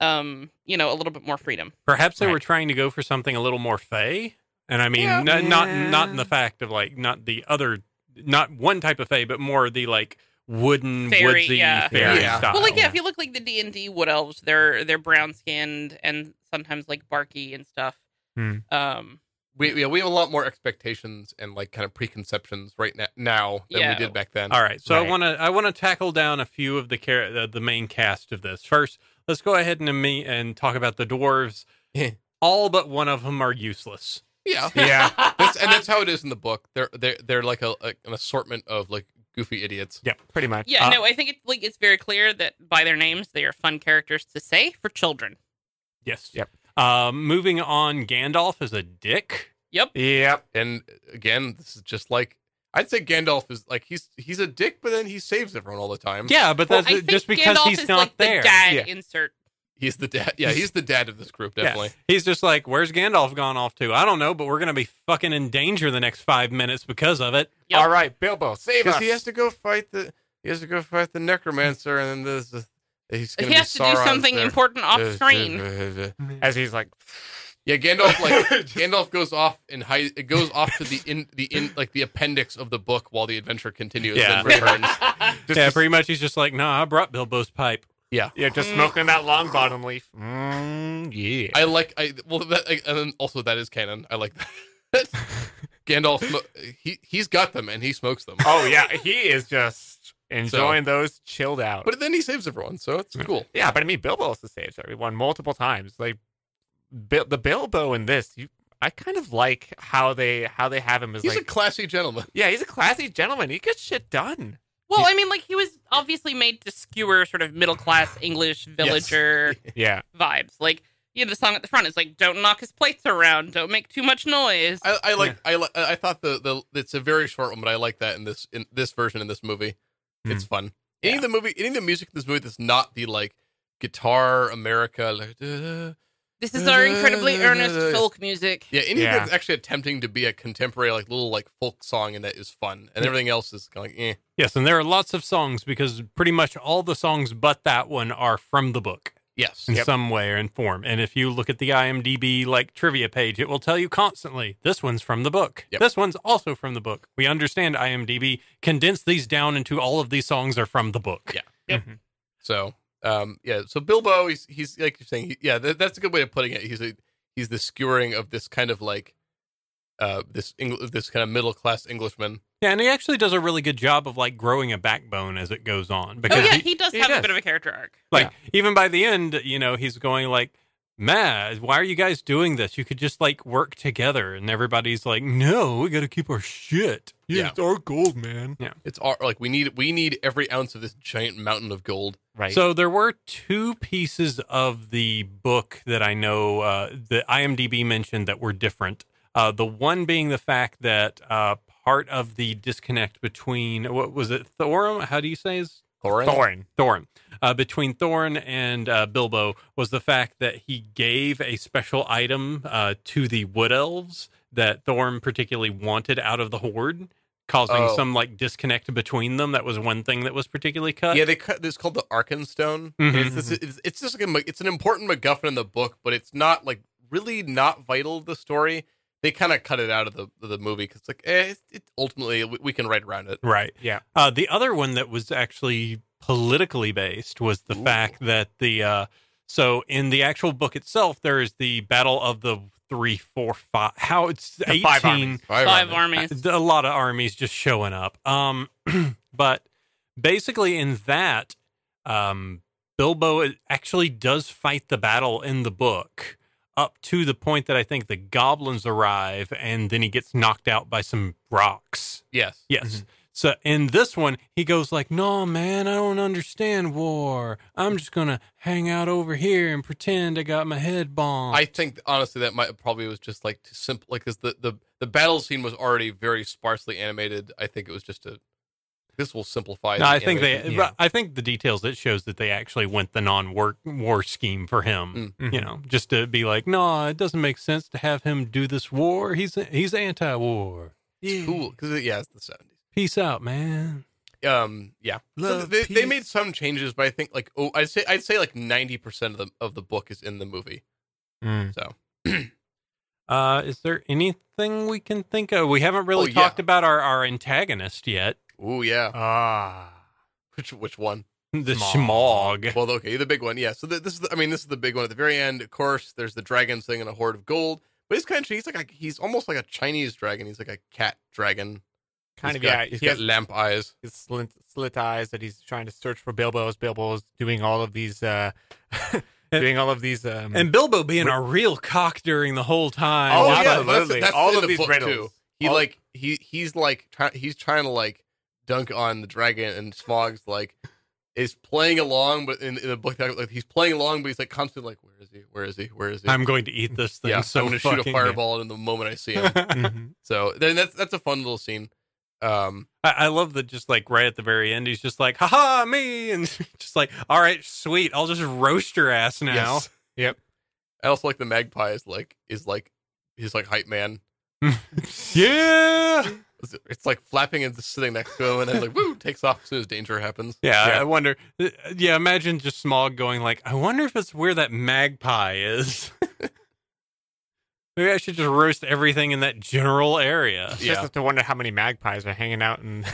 S5: um, you know, a little bit more freedom.
S2: perhaps they
S4: Right.
S2: were trying to go for something a little more fey. And I mean,
S5: Yeah.
S2: n- not
S4: Yeah.
S2: not in the fact of like not the other, not one type of fey, but more the like wooden
S5: Fairy,
S2: woodsy
S5: yeah.
S2: fairy
S3: Yeah.
S2: style.
S5: Well, like yeah,
S4: yeah.
S5: if you look like the D and D wood elves, they're they're brown skinned and sometimes like barky and stuff.
S4: Hmm.
S5: Um,
S3: we yeah we have a lot more expectations and like kind of preconceptions right now now than
S5: Yeah.
S3: we did back then.
S2: All right, so I
S4: Right.
S2: want to I want to tackle down a few of the char- uh, the main cast of this. First, let's go ahead and me and talk about the dwarves.
S3: Yeah.
S2: All but one of them are useless.
S3: Yeah.
S4: [laughs] yeah,
S3: That's, and that's how it is in the book. They're they're they're like a, a- an assortment of like goofy idiots.
S4: Yeah, pretty much.
S5: Yeah,
S4: Uh,
S5: no, I think it's like it's very clear that by their names they are fun characters to say for children.
S2: Yes.
S4: Yep.
S2: Uh, moving on, Gandalf is a dick.
S5: Yep.
S4: Yep.
S3: And uh, again, this is just like I'd say Gandalf is like he's he's a dick, but then he saves everyone all the time.
S2: Yeah, but
S5: Well,
S2: that's
S5: I think
S2: just because
S5: Gandalf
S2: he's
S5: is
S2: not
S5: like
S2: there.
S5: the dad
S4: Yeah.
S5: insert.
S3: He's the dad. Yeah, he's the dad of this group,
S2: Yeah.
S3: definitely.
S2: He's just like, where's Gandalf gone off to? I don't know, but we're going to be fucking in danger the next five minutes because of it.
S5: Yep.
S4: All right, Bilbo, save
S3: Because
S4: us.
S3: he has to go fight the he has to go fight the necromancer, and then there's the, he's gonna
S5: He
S3: be
S5: has to do
S3: Sauron's
S5: something
S3: there.
S5: important off screen.
S4: As he's like,
S3: Yeah, Gandalf like
S5: [laughs]
S3: Gandalf goes off and hi- it goes off to the in the in like the appendix of the book while the adventure continues
S2: Yeah.
S3: and returns.
S4: just,
S2: yeah, pretty much. He's just like, nah, I brought Bilbo's pipe.
S4: yeah, just smoking that long bottom leaf. Mm, yeah.
S3: I like I well that I, and then also that is canon. I like that. [laughs] Gandalf sm- he he's got them and he smokes them.
S4: oh yeah, he is just enjoying those chilled out.
S3: But then he saves everyone, so it's cool.
S4: yeah, but I mean, Bilbo also saves everyone multiple times. Like Bil- the Bilbo in this, you, I kind of like how they how they have him as
S3: He's
S4: like,
S3: a classy gentleman.
S4: yeah, he's a classy gentleman. He gets shit done.
S5: Well, I mean, like he was obviously made to skewer sort of middle class English villager
S4: Yeah,
S5: vibes. Like you know, the song at the front is like, "Don't knock his plates around. Don't make too much noise."
S3: I, I like I li- I thought the the it's a very short one, but I like that in this in this version in this movie.
S4: Hmm.
S3: It's fun. Any of the movie, any of the music in this movie that's not the like guitar America. Like, duh,
S5: this is our incredibly earnest folk music.
S3: yeah, any
S4: Yeah.
S3: that's actually attempting to be a contemporary like little like folk song and that is fun, and everything else is kind of like eh.
S2: Yes, and there are lots of songs because pretty much all the songs but that one are from the book
S3: Yes,
S2: in
S4: Yep.
S2: some way or in form. And if you look at the IMDb like trivia page, it will tell you constantly this one's from the book.
S3: Yep.
S2: This one's also from the book. We understand IMDb condense these down into all of these songs are from the book.
S3: Yeah. So, um, yeah. So Bilbo, he's he's like you're saying, he, yeah, that, that's a good way of putting it. He's a, he's the skewering of this kind of like, uh, this Engl- this kind of middle class Englishman.
S2: Yeah, and he actually does a really good job of like growing a backbone as it goes on
S5: Oh
S2: because
S5: yeah,
S2: he-
S5: he does
S4: he
S5: have
S4: does.
S5: a bit of a character arc.
S2: like even by the end, you know, he's going like, "Man, why are you guys doing this? You could just like work together." And everybody's like, "No, we got to keep our shit."
S3: Yeah.
S2: it's our gold, man. Yeah.
S3: It's all like we need we need every ounce of this giant mountain of gold.
S4: right.
S2: So there were two pieces of the book that I know uh, that IMDb mentioned that were different. Uh, the one being the fact that uh, part of the disconnect between what was it, Thorum? How do you say his
S3: Thorin.
S4: Thorin.
S2: Thorin. Uh, between Thorin and uh, Bilbo was the fact that he gave a special item uh, to the Wood Elves that Thorin particularly wanted out of the Horde, causing
S3: Oh.
S2: some like disconnect between them. That was one thing that was particularly cut.
S3: Yeah, they cut. It's called the Arkenstone.
S2: Mhm.
S3: It's, this- it's, it's just like a, it's an important MacGuffin in the book, but it's not like really not vital to the story. They kind of cut it out of the of the movie because like eh, it, it ultimately we, we can write around it.
S2: Right.
S4: Yeah.
S2: Uh, the other one that was actually politically based was the
S3: Ooh.
S2: fact that the uh, so in the actual book itself, there is the Battle of the Three, Four, Five. How it's
S4: The
S2: eighteen. uh,
S4: five armies.
S5: Five
S3: Iron Man.
S5: armies.
S2: a lot of armies just showing up. Um, [clears throat] but basically, in that, um, Bilbo actually does fight the battle in the book up to the point that I think the goblins arrive, and then he gets knocked out by some rocks.
S3: Yes.
S2: Yes. So in this one, he goes like, "No, man, I don't understand war. I'm just gonna hang out over here and pretend I got my head bombed."
S3: I think honestly that might probably was just like too simple, like because the, the the battle scene was already very sparsely animated. I think it was just a this will simplify.
S2: No,
S3: the
S2: I think they.
S3: animation.
S4: yeah.
S2: I think the details it shows that they actually went the non-war war scheme for him.
S3: Mm.
S4: Mm-hmm.
S2: You
S3: Mm-hmm.
S2: know, just to be like, no, it doesn't make sense to have him do this war. He's he's anti-war.
S3: it's cool because yeah, it's the seventies.
S2: Peace out, man.
S3: Um, yeah, So
S2: Love,
S3: they, they
S2: peace.
S3: made some changes, but I think like oh, I'd say I'd say like ninety percent of the of the book is in the movie.
S4: Mm.
S3: So
S2: Uh, is there anything we can think of? We haven't
S3: Oh,
S2: really
S3: yeah.
S2: talked about our, our antagonist yet.
S3: oh yeah,
S2: Uh,
S4: Ah,
S3: which which [laughs] one?
S2: The
S4: Smog.
S2: Smog.
S3: Well, okay, the big one. Yeah. So th- this is the, I mean this is the big one at the very end. Of course, there's the dragon thing and a horde of gold. But he's kind of he's like a, he's almost like a Chinese dragon. He's like a cat dragon. He's
S4: kind of
S3: got-
S4: yeah.
S3: He's
S4: he
S3: got
S4: has
S3: lamp eyes.
S4: his slit, slit eyes that he's trying to search for Bilbo as Bilbo's doing all of these, uh, [laughs] doing all of these. Um,
S2: And Bilbo being a real cock during the whole time.
S4: Oh,
S2: Just
S4: yeah.
S2: like-
S4: absolutely. All
S3: in
S4: of
S3: the
S4: these
S3: book,
S4: riddles.
S3: He
S4: All-
S3: like he he's like try, he's trying to like dunk on the dragon, and Smog's like is playing along, but in, in the book, like he's playing along, but he's like constantly like, "Where is he? Where is he? Where is he?"
S2: I'm going to eat this thing.
S3: yeah,
S2: so
S3: I'm gonna shoot a
S2: fucking
S3: fireball in the moment I
S2: [laughs]
S3: see him.
S2: bad.
S4: Mhm.
S3: so then that's that's a fun little scene. Um,
S2: [laughs] I, I love that just like right at the very end, he's just like, haha, me. And [laughs] just like, all right, sweet. I'll just roast your ass now.
S3: yes.
S4: Yep.
S3: I also like the magpie is like is like he's like hype man.
S2: [laughs] Yeah.
S3: It's- It's like flapping and just sitting next to him, and then like [laughs] woo takes off as soon as danger happens.
S2: Yeah,
S4: Yeah.
S2: I wonder. Yeah, imagine just Smog going like, "I wonder if it's where that magpie is." [laughs] Maybe I should just roast everything in that general area.
S4: Just have to wonder how many magpies are hanging out
S3: [laughs]
S4: in,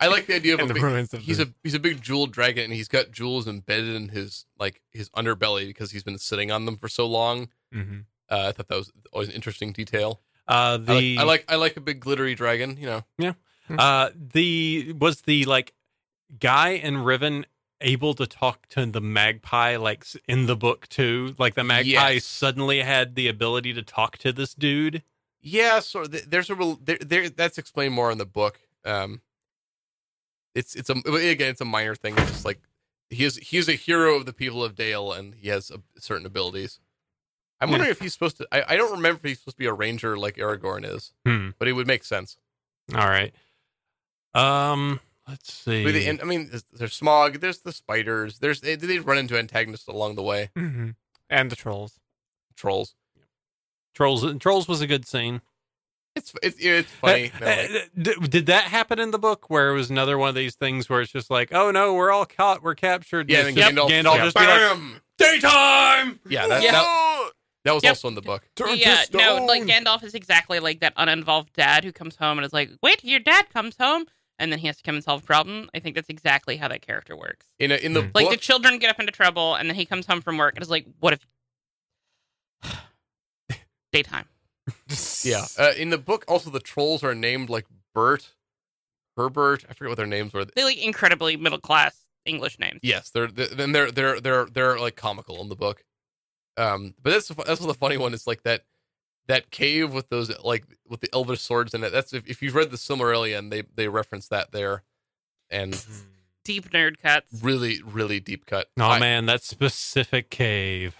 S3: I like the idea of
S4: in
S3: him
S4: the
S3: being-
S4: ruins of
S3: he's
S4: the,
S3: a he's a big jeweled dragon and he's got jewels embedded in his like his underbelly because he's been sitting on them for so long
S4: Mhm.
S3: uh, i thought that was always an interesting detail
S2: Uh,
S3: I like-
S2: the
S3: I, like, I like a big glittery dragon you know
S2: uh, the was the like guy and Riven able to talk to the magpie like s- in the book too? Like the magpie
S3: Yes.
S2: suddenly had the ability to talk to this dude.
S3: yeah so th- there's a rel- there, there that's explained more in the book um it's it's a again it's a minor thing it's just like he is he is a hero of the people of dale and he has a, certain abilities i'm
S2: Hmm.
S3: wondering if he's supposed to I, I don't remember if he's supposed to be a ranger like aragorn is
S2: Hmm.
S3: but it would make sense
S2: All right. Um. Let's see.
S3: But the- and, I mean, there's, there's smog. There's the spiders. There's they, they run into antagonists along the way.
S4: Mhm. and the trolls.
S3: Trolls.
S2: Trolls. Trolls was a good scene.
S3: It's it's, it's funny.
S2: Uh,
S3: They're like,
S2: uh, d- did that happen in the book where it was another one of these things where it's just like, oh no, we're all caught, we're captured.
S3: yeah,
S2: It's
S3: and
S2: just-
S3: Gandalf,
S2: Gandalf just be like,
S3: bam!
S2: daytime.
S3: yeah, that,
S5: Yeah.
S3: that, that was
S5: Yep.
S3: also in the book.
S5: yeah, no, like Gandalf is exactly like that uninvolved dad who comes home and is like, "Wait, your dad comes home," and then he has to come and solve a problem. I think that's exactly how that character works.
S3: In a, in the
S4: Hmm.
S5: Like
S3: book,
S5: the children get up into trouble, and then he comes home from work and is like, "What if?" [sighs] Daytime.
S2: [laughs]
S3: yeah, uh, in the book, also the trolls are named like Bert, Herbert. I forget what their names were.
S5: They like incredibly middle class English names.
S3: Yes, they're they're- then they're they're they're they're like comical in the book. Um, but that's the fu- that's the funny one. It's like that that cave with those like with the elder swords in it. That's if, if you've read the Silmarillion, they they reference that there, and
S5: Deep nerd cuts.
S3: really really deep cut.
S2: Oh
S3: I-
S2: man, that specific cave.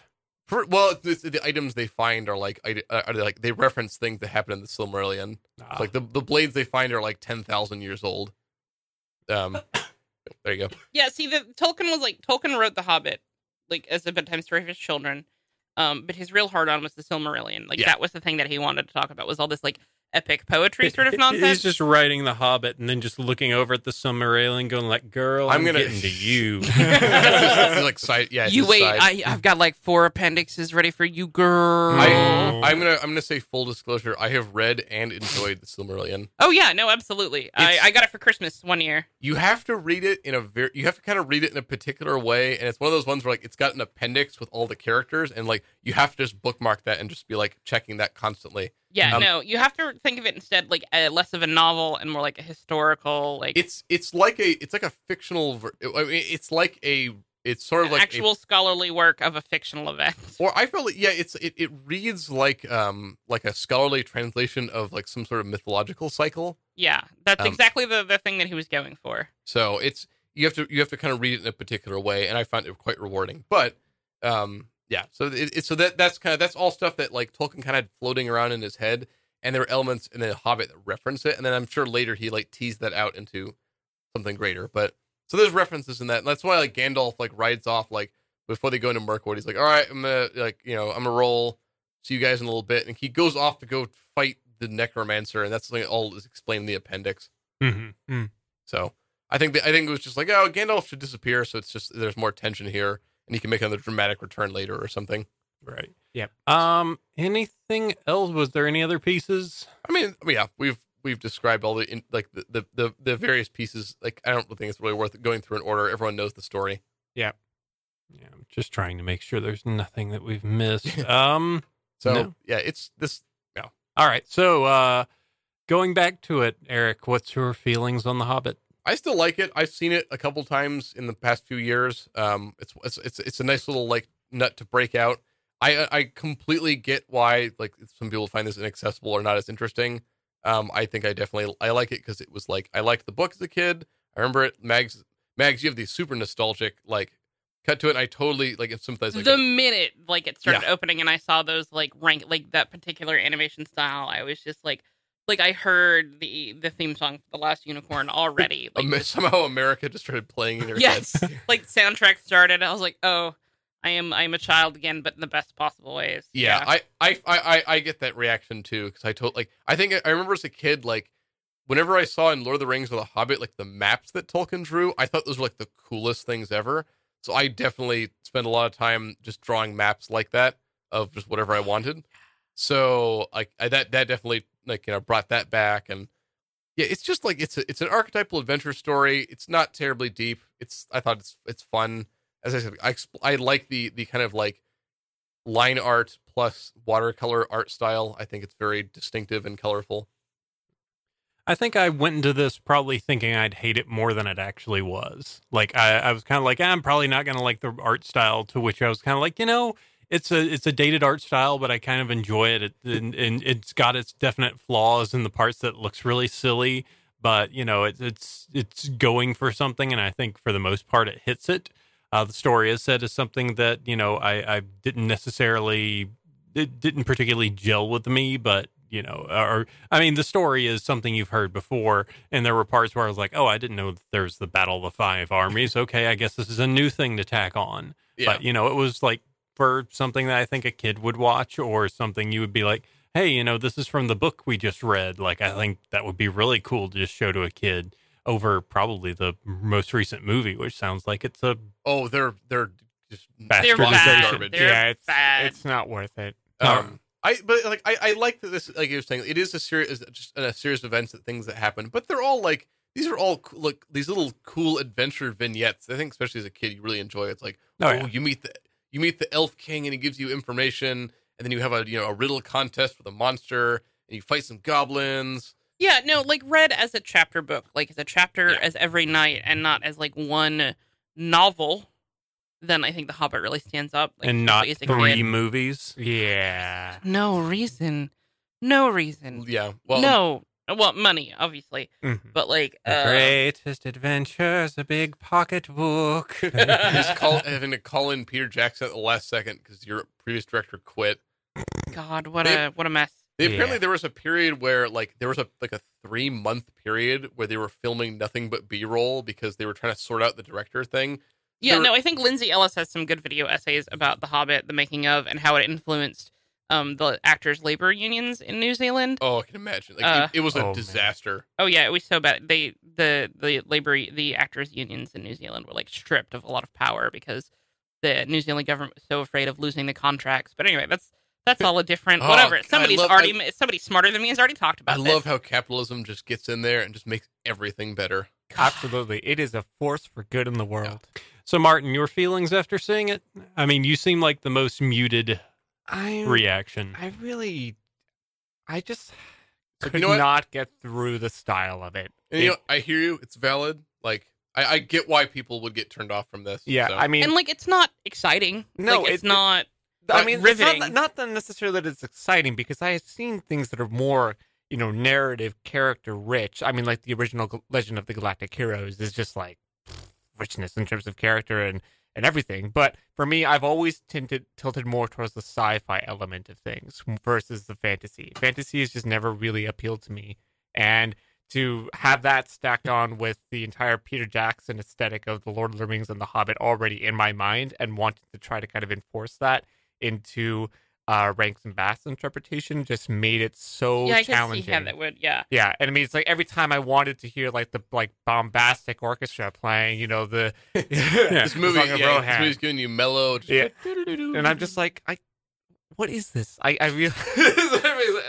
S3: for- well, it's, the items they find are like ide- uh, are like they reference things that happen in the Silmarillion.
S2: Ah,
S3: Like the the blades they find are like ten thousand years old. Um, there you go.
S5: Yeah, see, the Tolkien was like Tolkien wrote The Hobbit like as a bedtime story for his children, um, but his real hard on was the Silmarillion. Like
S3: Yeah.
S5: that was the thing that he wanted to talk about was all this like epic poetry sort of nonsense.
S2: He's just writing the Hobbit and then just looking over at the Silmarillion, going like, "Girl, I'm,
S3: I'm gonna-
S2: getting to you." [laughs]
S3: It's like side, yeah. it's
S5: you
S3: his
S5: wait,
S3: side.
S5: I, I've got like four appendixes ready for you, girl.
S3: I, I'm gonna I'm gonna say full disclosure. I have read and enjoyed the Silmarillion.
S5: oh yeah, no, absolutely. I,
S3: It's-
S5: I got it for Christmas one year.
S3: You have to read it in a very you have to kind of read it in a particular way, and it's one of those ones where like it's got an appendix with all the characters, and like you have to just bookmark that and just be like checking that constantly.
S5: Yeah,
S3: Um,
S5: no, you have to think of it instead like uh, less of a novel and more like a historical, like
S3: It's it's like a it's like a fictional. ver- I mean, it's like a it's sort of
S5: an
S3: like a-
S5: actual scholarly work of a fictional event.
S3: or I felt like, yeah, it's it, it reads like um like a scholarly translation of like some sort of mythological cycle.
S5: yeah, that's
S3: Um,
S5: exactly the the thing that he was going for.
S3: So it's you have to you have to kind of read it in a particular way, and I found it quite rewarding. But um, yeah, so it, it, so that that's kind of that's all stuff that like Tolkien kind of had floating around in his head, and there were elements in the Hobbit that reference it, and then I'm sure later he like teased that out into something greater. But so there's references in that, and that's why like Gandalf like rides off like before they go into Mirkwood, he's like, all right, I'm gonna like you know I'm gonna roll, see you guys in a little bit, and he goes off to go fight the necromancer, and that's something that all is explained in the appendix.
S4: Mm-hmm.
S2: Mhm.
S3: So I think the, I think it was just like, oh, Gandalf should disappear, so it's just there's more tension here, and he can make another dramatic return later or something.
S2: Right.
S4: Yep.
S2: Um. Anything else? Was there any other pieces?
S3: I mean, yeah, we've we've described all the in, like the, the the the various pieces. Like I don't think it's really worth going through in order. Everyone knows the story.
S2: Yeah, I'm just trying to make sure there's nothing that we've missed. Um.
S3: So
S2: No.
S3: yeah, it's this.
S2: All right. So, uh, going back to it, Eric, what's your feelings on The Hobbit?
S3: I still like it. I've seen it a couple times in the past few years. Um, it's it's it's, it's a nice little like nut to break out. I I completely get why like some people find this inaccessible or not as interesting. Um, I think I definitely I like it because it was like I liked the book as a kid. I remember it, Mags. Mags, you have these super nostalgic like cut to it. And I totally like sympathize. Like,
S5: the minute like it started opening and I saw those like rank like that particular animation style, I was just like like I heard the the theme song for The Last
S2: [laughs]
S5: Unicorn already. Like
S3: Ama- [laughs] somehow America just started playing in your
S5: [laughs] Yes.
S3: head.
S5: like soundtrack started, I was like, "Oh, I am I am a child again, but in the best possible ways."
S3: Yeah, I, I, I, I, I get that reaction too because I told like I think I remember as a kid like whenever I saw in Lord of the Rings or The Hobbit like the maps that Tolkien drew, I thought those were like the coolest things ever. So I definitely spent a lot of time just drawing maps like that of just whatever I wanted. So like I, that that definitely like you know brought that back and yeah, it's just like it's a, it's an archetypal adventure story. It's not terribly deep. It's I thought it's it's fun. As I said, I expl- I like the the kind of like line art plus watercolor art style. I think it's very distinctive and colorful.
S2: I think I went into this probably thinking I'd hate it more than it actually was. Like I, I was kind of like, "Ah, I'm probably not going to like the art style. To which I was kind of like, you know, it's a it's a dated art style, but I kind of enjoy it. it and, and it's got its definite flaws in the parts that looks really silly, but you know, it's it's it's going for something, and I think for the most part, it hits it. Uh, the story is said is something that you know I, I didn't necessarily it didn't particularly gel with me, but you know, or I mean, the story is something you've heard before, and there were parts where I was like, "Oh, I didn't know there's the Battle of the Five Armies." Okay, I guess this is a new thing to tack on.
S3: Yeah.
S2: But you know, it was like for something that I think a kid would watch, or something you would be like, "Hey, you know, this is from the book we just read." Like, I think that would be really cool to just show to a kid over probably the most recent movie, which sounds like it's a
S3: oh, they're they're just
S5: They're
S2: Bastardization.
S5: bad. They're
S4: yeah, it's
S5: bad.
S4: it's not worth it.
S3: Um, I but like I, I like that this like you were saying it is a series just a series of events and things that happen, but they're all like these are all cool, like these little cool adventure vignettes. I think especially as a kid you really enjoy. It's like oh,
S2: Oh, yeah.
S3: you meet the you meet the elf king and he gives you information, and then you have a you know a riddle contest with a monster, and you fight some goblins.
S5: Yeah, no, like read as a chapter book, like as a chapter as every night and not as like one novel, then I think The Hobbit really stands up. Like,
S2: and not
S5: basically
S2: three
S5: it-
S2: movies.
S3: oh,
S4: Yeah.
S5: No reason. No reason.
S3: Yeah, well
S5: no. Well, money, obviously.
S4: Mm-hmm.
S5: But like uh,
S2: greatest adventure is a big
S5: [laughs]
S2: pocketbook.
S3: just call having to call in Peter Jackson at the last second because your previous director quit.
S5: God, what a what a mess.
S3: They,
S4: Yeah.
S3: Apparently, there was a period where like there was a like a three month period where they were filming nothing but B roll because they were trying to sort out the director thing.
S5: Yeah,
S3: There-
S5: no, I think Lindsay Ellis has some good video essays about The Hobbit, the making of, and how it influenced um, the actors' labor unions in New Zealand.
S3: Oh, I can imagine. Like
S5: Uh.
S3: it, it was
S4: Oh,
S3: a
S4: man.
S3: disaster.
S5: Oh yeah, it was so bad. They the the labor the actors unions in New Zealand were like stripped of a lot of power because the New Zealand government was so afraid of losing the contracts. But anyway, that's that's all a different
S3: Oh,
S5: whatever.
S3: God, I
S5: Somebody's
S3: love-
S5: already somebody smarter than me has already talked about.
S3: I
S5: this.
S3: love how capitalism just gets in there and just makes everything better.
S4: Absolutely. It is a force for good in the world.
S2: so, Martin, your feelings after seeing it? I mean, you seem like the most muted
S4: I
S2: reaction.
S4: I really I just
S3: Like, you
S4: could
S3: know what?
S4: not get through the style of it.
S3: And,
S4: It-
S3: you know, I hear you. It's valid. Like I, I get why people would get turned off from this.
S4: yeah,
S3: so.
S4: I mean
S5: and like it's not exciting.
S4: No,
S5: Like, it's
S4: it- it-
S5: not.
S4: I
S5: Uh,
S4: mean, it's not,
S5: riveting.
S4: not that necessarily that it's exciting because I have seen things that are more, you know, narrative, character rich. I mean, like the original Gal- Legend of the Galactic Heroes is just like pfft, richness in terms of character and and everything. But for me, I've always tinted, tilted more towards the sci-fi element of things versus the fantasy. Fantasy has just never really appealed to me, and to have that stacked on with the entire Peter Jackson aesthetic of the Lord of the Rings and the Hobbit already in my mind, and wanting to try to kind of enforce that into uh, Ranks and Bass interpretation just made it so
S5: yeah, I can see
S4: challenging.
S5: how that would. Yeah,
S4: Yeah, and I mean it's like every time I wanted to hear like the like bombastic orchestra playing, you know
S3: [laughs]
S4: the [laughs]
S3: this movie,
S4: Song of
S3: yeah, this
S4: Rohan.
S3: movie's giving you mellow. Just,
S4: yeah,
S3: [laughs]
S4: and I'm just like I, what is this? I
S3: [laughs]
S4: I [laughs] really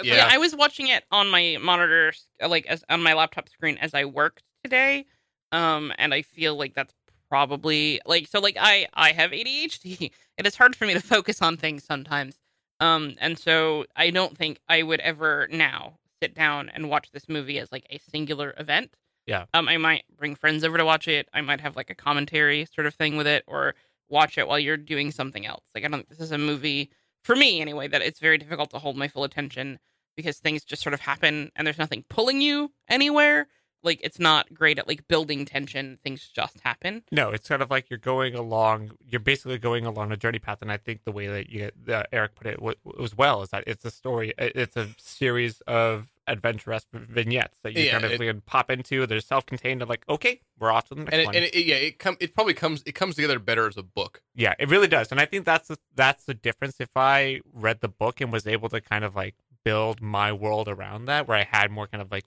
S3: Yeah.
S5: I was watching it on my monitor, like as on my laptop screen as I worked today, um, and I feel like that's probably like so. Like I, I have [laughs] ADHD. It is hard for me to focus on things sometimes, um, and so I don't think I would ever now sit down and watch this movie as like a singular event.
S4: Yeah.
S5: Um, I might bring friends over to watch it. I might have like a commentary sort of thing with it, or watch it while you're doing something else. Like I don't. This is a movie. For me, anyway, that it's very difficult to hold my full attention because things just sort of happen and there's nothing pulling you anywhere. like it's not great at like building tension. Things just happen.
S4: No, it's kind of like you're going along. You're basically going along a journey path, and I think the way that you, uh, Eric put it wa- was well is that it's a story. it- It's a series of adventurous vignettes that you
S3: Yeah,
S4: kind of
S3: it-
S4: can pop into. They're self-contained. And like, okay, we're off to the next
S3: and it,
S4: one.
S3: and it, yeah, it come it probably comes it comes together better as a book. [laughs]
S4: yeah, it really does. And I think that's the, that's the difference. If I read the book and was able to kind of like build my world around that, where I had more kind of like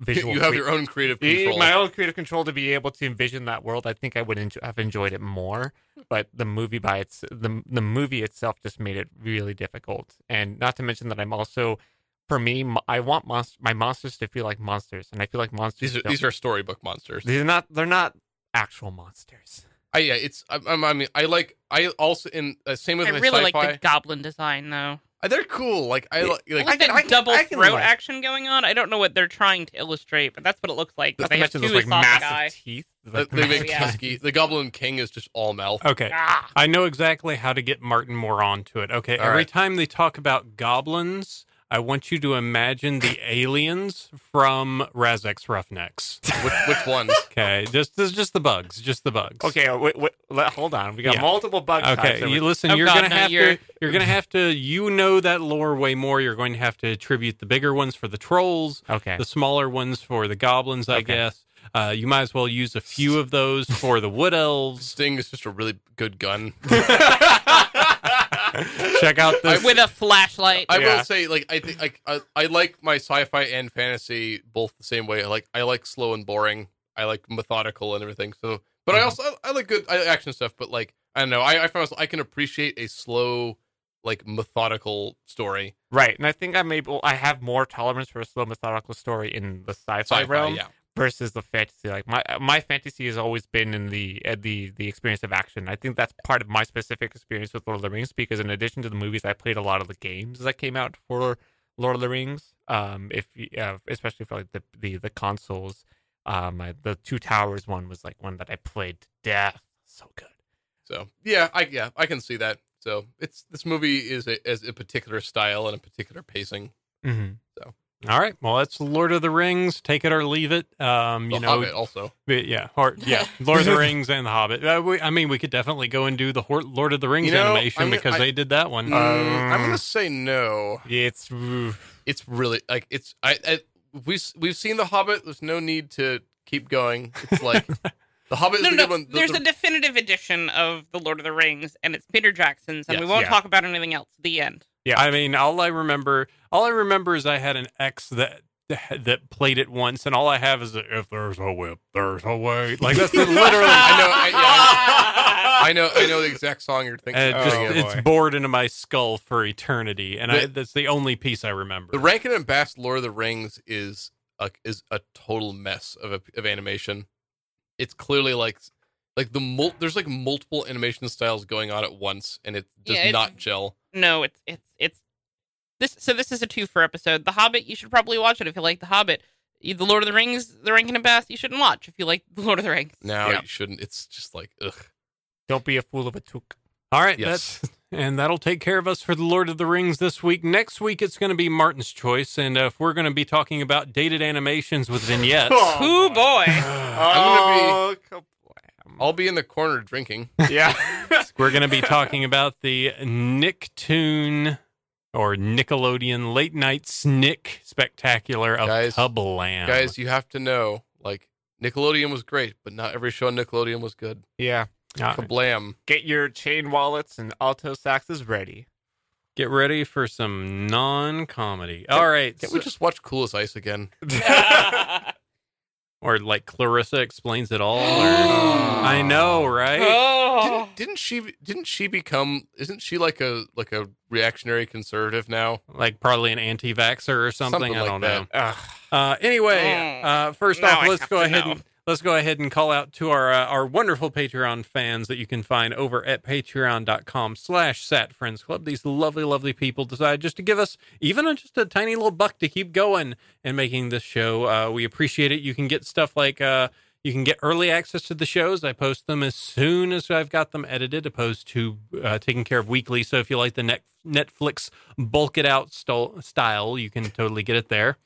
S4: visual.
S3: [laughs] you have
S4: crea-
S3: your own creative
S4: Yeah,
S3: control.
S4: My own creative control to be able to envision that world. I think I would enjo- have enjoyed it more, but the movie by its the the movie itself just made it really difficult. And not to mention that I'm also, for me, m- I want monst- my monsters to feel like monsters, and I feel like monsters.
S3: these are
S4: don't-
S3: these are storybook monsters.
S4: these are not they're not actual monsters.
S3: I, yeah, it's I, I'm- I mean I like I also in uh, same with
S5: I
S3: my
S5: really
S3: sci-fi.
S5: like the goblin design though.
S3: Uh, They're cool. Like I
S4: Yeah.
S3: like like
S5: Like
S4: can-
S5: that
S4: I can-
S5: double
S4: I can
S5: throat
S4: like-
S5: action going on. I don't know what they're trying to illustrate, but that's what it looks like.
S4: Not
S5: They
S4: to
S5: have
S4: mention
S5: two
S4: those like
S5: is not the
S4: massive
S5: guy.
S4: teeth.
S3: the,
S4: like,
S3: the,
S5: Oh,
S4: [laughs]
S3: big
S5: yeah.
S3: tusky- the Goblin King is just all mouth.
S2: Okay.
S5: Ah,
S2: I know exactly how to get Martin more onto it. Okay,
S3: All
S2: every
S3: right.
S2: time they talk about goblins, I want you to imagine the aliens from Razek's Roughnecks.
S3: Which, which ones?
S2: Okay, just this is just the bugs, just the bugs.
S4: Okay, wait, wait, let- hold on. We got
S2: Yeah.
S4: multiple bug types.
S2: Okay,
S4: that
S2: you
S4: we're-
S2: listen.
S5: Oh,
S2: you're
S5: God,
S2: gonna
S5: no,
S2: have
S5: you're-
S2: to. You're gonna have to. You know that lore way more. You're going to have to attribute the bigger ones for the trolls,
S4: okay.
S2: the smaller ones for the goblins. I
S4: Okay.
S2: guess uh, you might as well use a few of those for the wood
S3: [laughs]
S2: elves.
S3: Sting is just a really good
S4: [laughs]
S3: gun.
S2: [laughs] Check out this.
S5: with a flashlight.
S3: I
S4: Yeah.
S3: will say, like I think, like I, I like my sci-fi and fantasy both the same way. I like I like slow and boring. I like methodical and everything. So, but I
S4: Mhm.
S3: also I, I like good I, like action stuff. But like I don't know, I I, found I can appreciate a slow, like methodical story.
S4: Right, and I think I'm able. I have more tolerance for a slow methodical story in the sci-fi,
S3: Sci-fi,
S4: realm
S3: yeah.
S4: versus the fantasy. Like my my fantasy has always been in the uh, the the experience of action. I think that's part of my specific experience with Lord of the Rings because in addition to the movies, I played a lot of the games that came out for Lord of the Rings. Um, if you- uh, especially for like the the the consoles, um, I, the Two Towers one was like one that I played to death. So good.
S3: So yeah, I yeah I can see that. So it's this movie is a, is a particular style and a particular pacing.
S4: Mm-hmm.
S2: All right. Well, that's Lord of the Rings. Take it or leave it. Um, you
S3: The
S2: know,
S3: Hobbit also.
S2: But yeah,
S3: [laughs]
S2: or, yeah, Lord of the Rings and the Hobbit. Uh, we, I mean, we could definitely go and do the Hor- Lord of the Rings
S3: You know,
S2: animation
S3: I'm gonna-
S2: because
S3: I-
S2: they did that one.
S3: Mm, I'm gonna say no.
S4: It's oof.
S3: It's really like it's I, I we we've seen the Hobbit. There's no need to keep going.
S2: [laughs]
S3: It's like the Hobbit is
S5: no,
S3: the
S5: no,
S3: good one. The-
S5: there's
S3: the-
S5: a definitive edition of the Lord of the Rings, and it's Peter Jackson's, and we
S4: Yes.
S5: won't
S4: Yeah.
S5: talk about anything else. The end.
S2: yeah, I mean, all I remember, all I remember is I had an ex that that played it once, and all I have is if there's a whip, there's a way. Like
S3: [laughs]
S2: that's literally.
S3: I know. I,
S5: uh,
S2: [laughs]
S3: yeah, I know. I know the exact song you're thinking.
S2: And it
S3: of. Oh,
S2: just,
S3: Yeah.
S2: it's bored into my skull for eternity, and I, that's the only piece I remember.
S3: the Rankin and Bass Lord of the Rings is a is a total mess of a, of animation. It's clearly like like the mul- there's like multiple animation styles going on at once, and it does
S5: Yeah, it's-
S3: not gel.
S5: No, it's it's it's this. So this is a two for episode. The Hobbit, you should probably watch it if you like The Hobbit. You- The Lord of the Rings, The Rankin and Bass, you shouldn't watch if you like The Lord of the Rings.
S3: Now
S4: Yeah.
S3: you shouldn't. It's just like ugh.
S4: don't be a fool of a took.
S2: All right,
S3: Yes.
S2: that's and that'll take care of us for the Lord of the Rings this week. Next week it's going to be Martin's choice, and uh, if we're going to be talking about dated animations with vignettes,
S3: [laughs]
S4: [sighs]
S5: Oh boy.
S3: I'm
S4: gonna
S2: Hmm.
S3: I'll be in the corner drinking.
S4: [laughs] yeah.
S2: we're going to be talking about the Nicktoon or Nickelodeon late night snick spectacular of
S3: Guys,
S2: Tubland.
S3: Guys, you have to know, like Nickelodeon was great, but not every show on Nickelodeon was good.
S4: yeah.
S2: All right,
S3: Kablam.
S4: Get your chain wallets and alto saxes [laughs] ready.
S2: get ready for some non-comedy. All right,
S3: Can't we just watch Cool as Ice again?
S2: or like Clarissa explains it all.
S3: [gasps]
S2: or- I know, right?
S5: oh.
S3: Didn't, didn't she? Didn't she become? Isn't she like a like a reactionary conservative now?
S2: Like probably an anti-vaxer or something.
S3: Something
S2: I
S3: like
S2: don't know.
S3: that.
S4: Ugh.
S2: Uh, anyway,
S5: Mm.
S2: uh, first
S5: Now
S2: off,
S5: I
S2: let's
S5: have
S2: go
S5: to
S2: ahead
S5: know.
S2: and let's go ahead and call out to our uh, our wonderful Patreon fans that you can find over at patreon.com slash Sat Friends Club. These lovely, lovely people decide just to give us even a, just a tiny little buck to keep going and making this show. Uh, we appreciate it. You can get stuff like uh, you can get early access to the shows. I post them as soon as I've got them edited, opposed to uh, taking care of weekly. So if you like the net, Netflix bulk it out stol- style, you can totally get it there.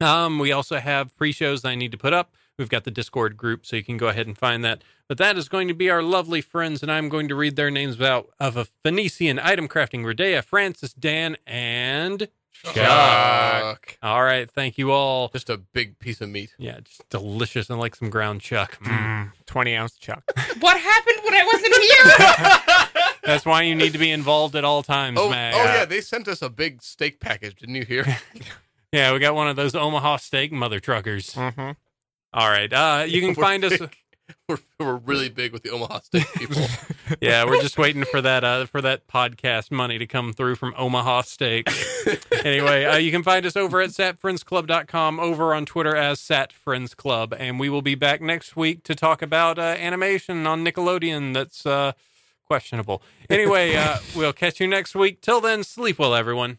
S2: Um, we also have pre shows I need to put up. We've got the Discord group, so you can go ahead and find that. But that is going to be our lovely friends, and I'm going to read their names out of a Phoenician item crafting Rodea, Francis, Dan, and
S3: Chuck.
S2: All right, thank you all.
S3: Just a big piece of meat.
S2: Yeah, just delicious and like some ground chuck. Mm.
S4: Twenty ounce chuck.
S5: What happened when I [laughs] wasn't here?
S2: That's why you need to be involved at all times,
S3: Oh, oh
S2: Mag.
S3: yeah, they sent us a big steak package, didn't you
S2: [laughs]
S3: hear?
S2: Yeah, we got one of those Omaha steak mother
S3: Mm.
S2: truckers.
S4: mm-hmm.
S2: All right, uh, you
S3: [laughs]
S2: can
S3: We're
S2: find us.
S3: big. We're, we're really big with the Omaha steak
S2: [laughs]
S3: people.
S2: Yeah, we're just waiting for that uh, for that podcast money to come through from Omaha Steak. anyway, uh, you can find us over at satfriendsclub.com, over on Twitter as satfriendsclub, and we will be back next week to talk about uh, animation on Nickelodeon that's uh, questionable. Anyway, uh, we'll catch you next week. Till then, sleep well, everyone.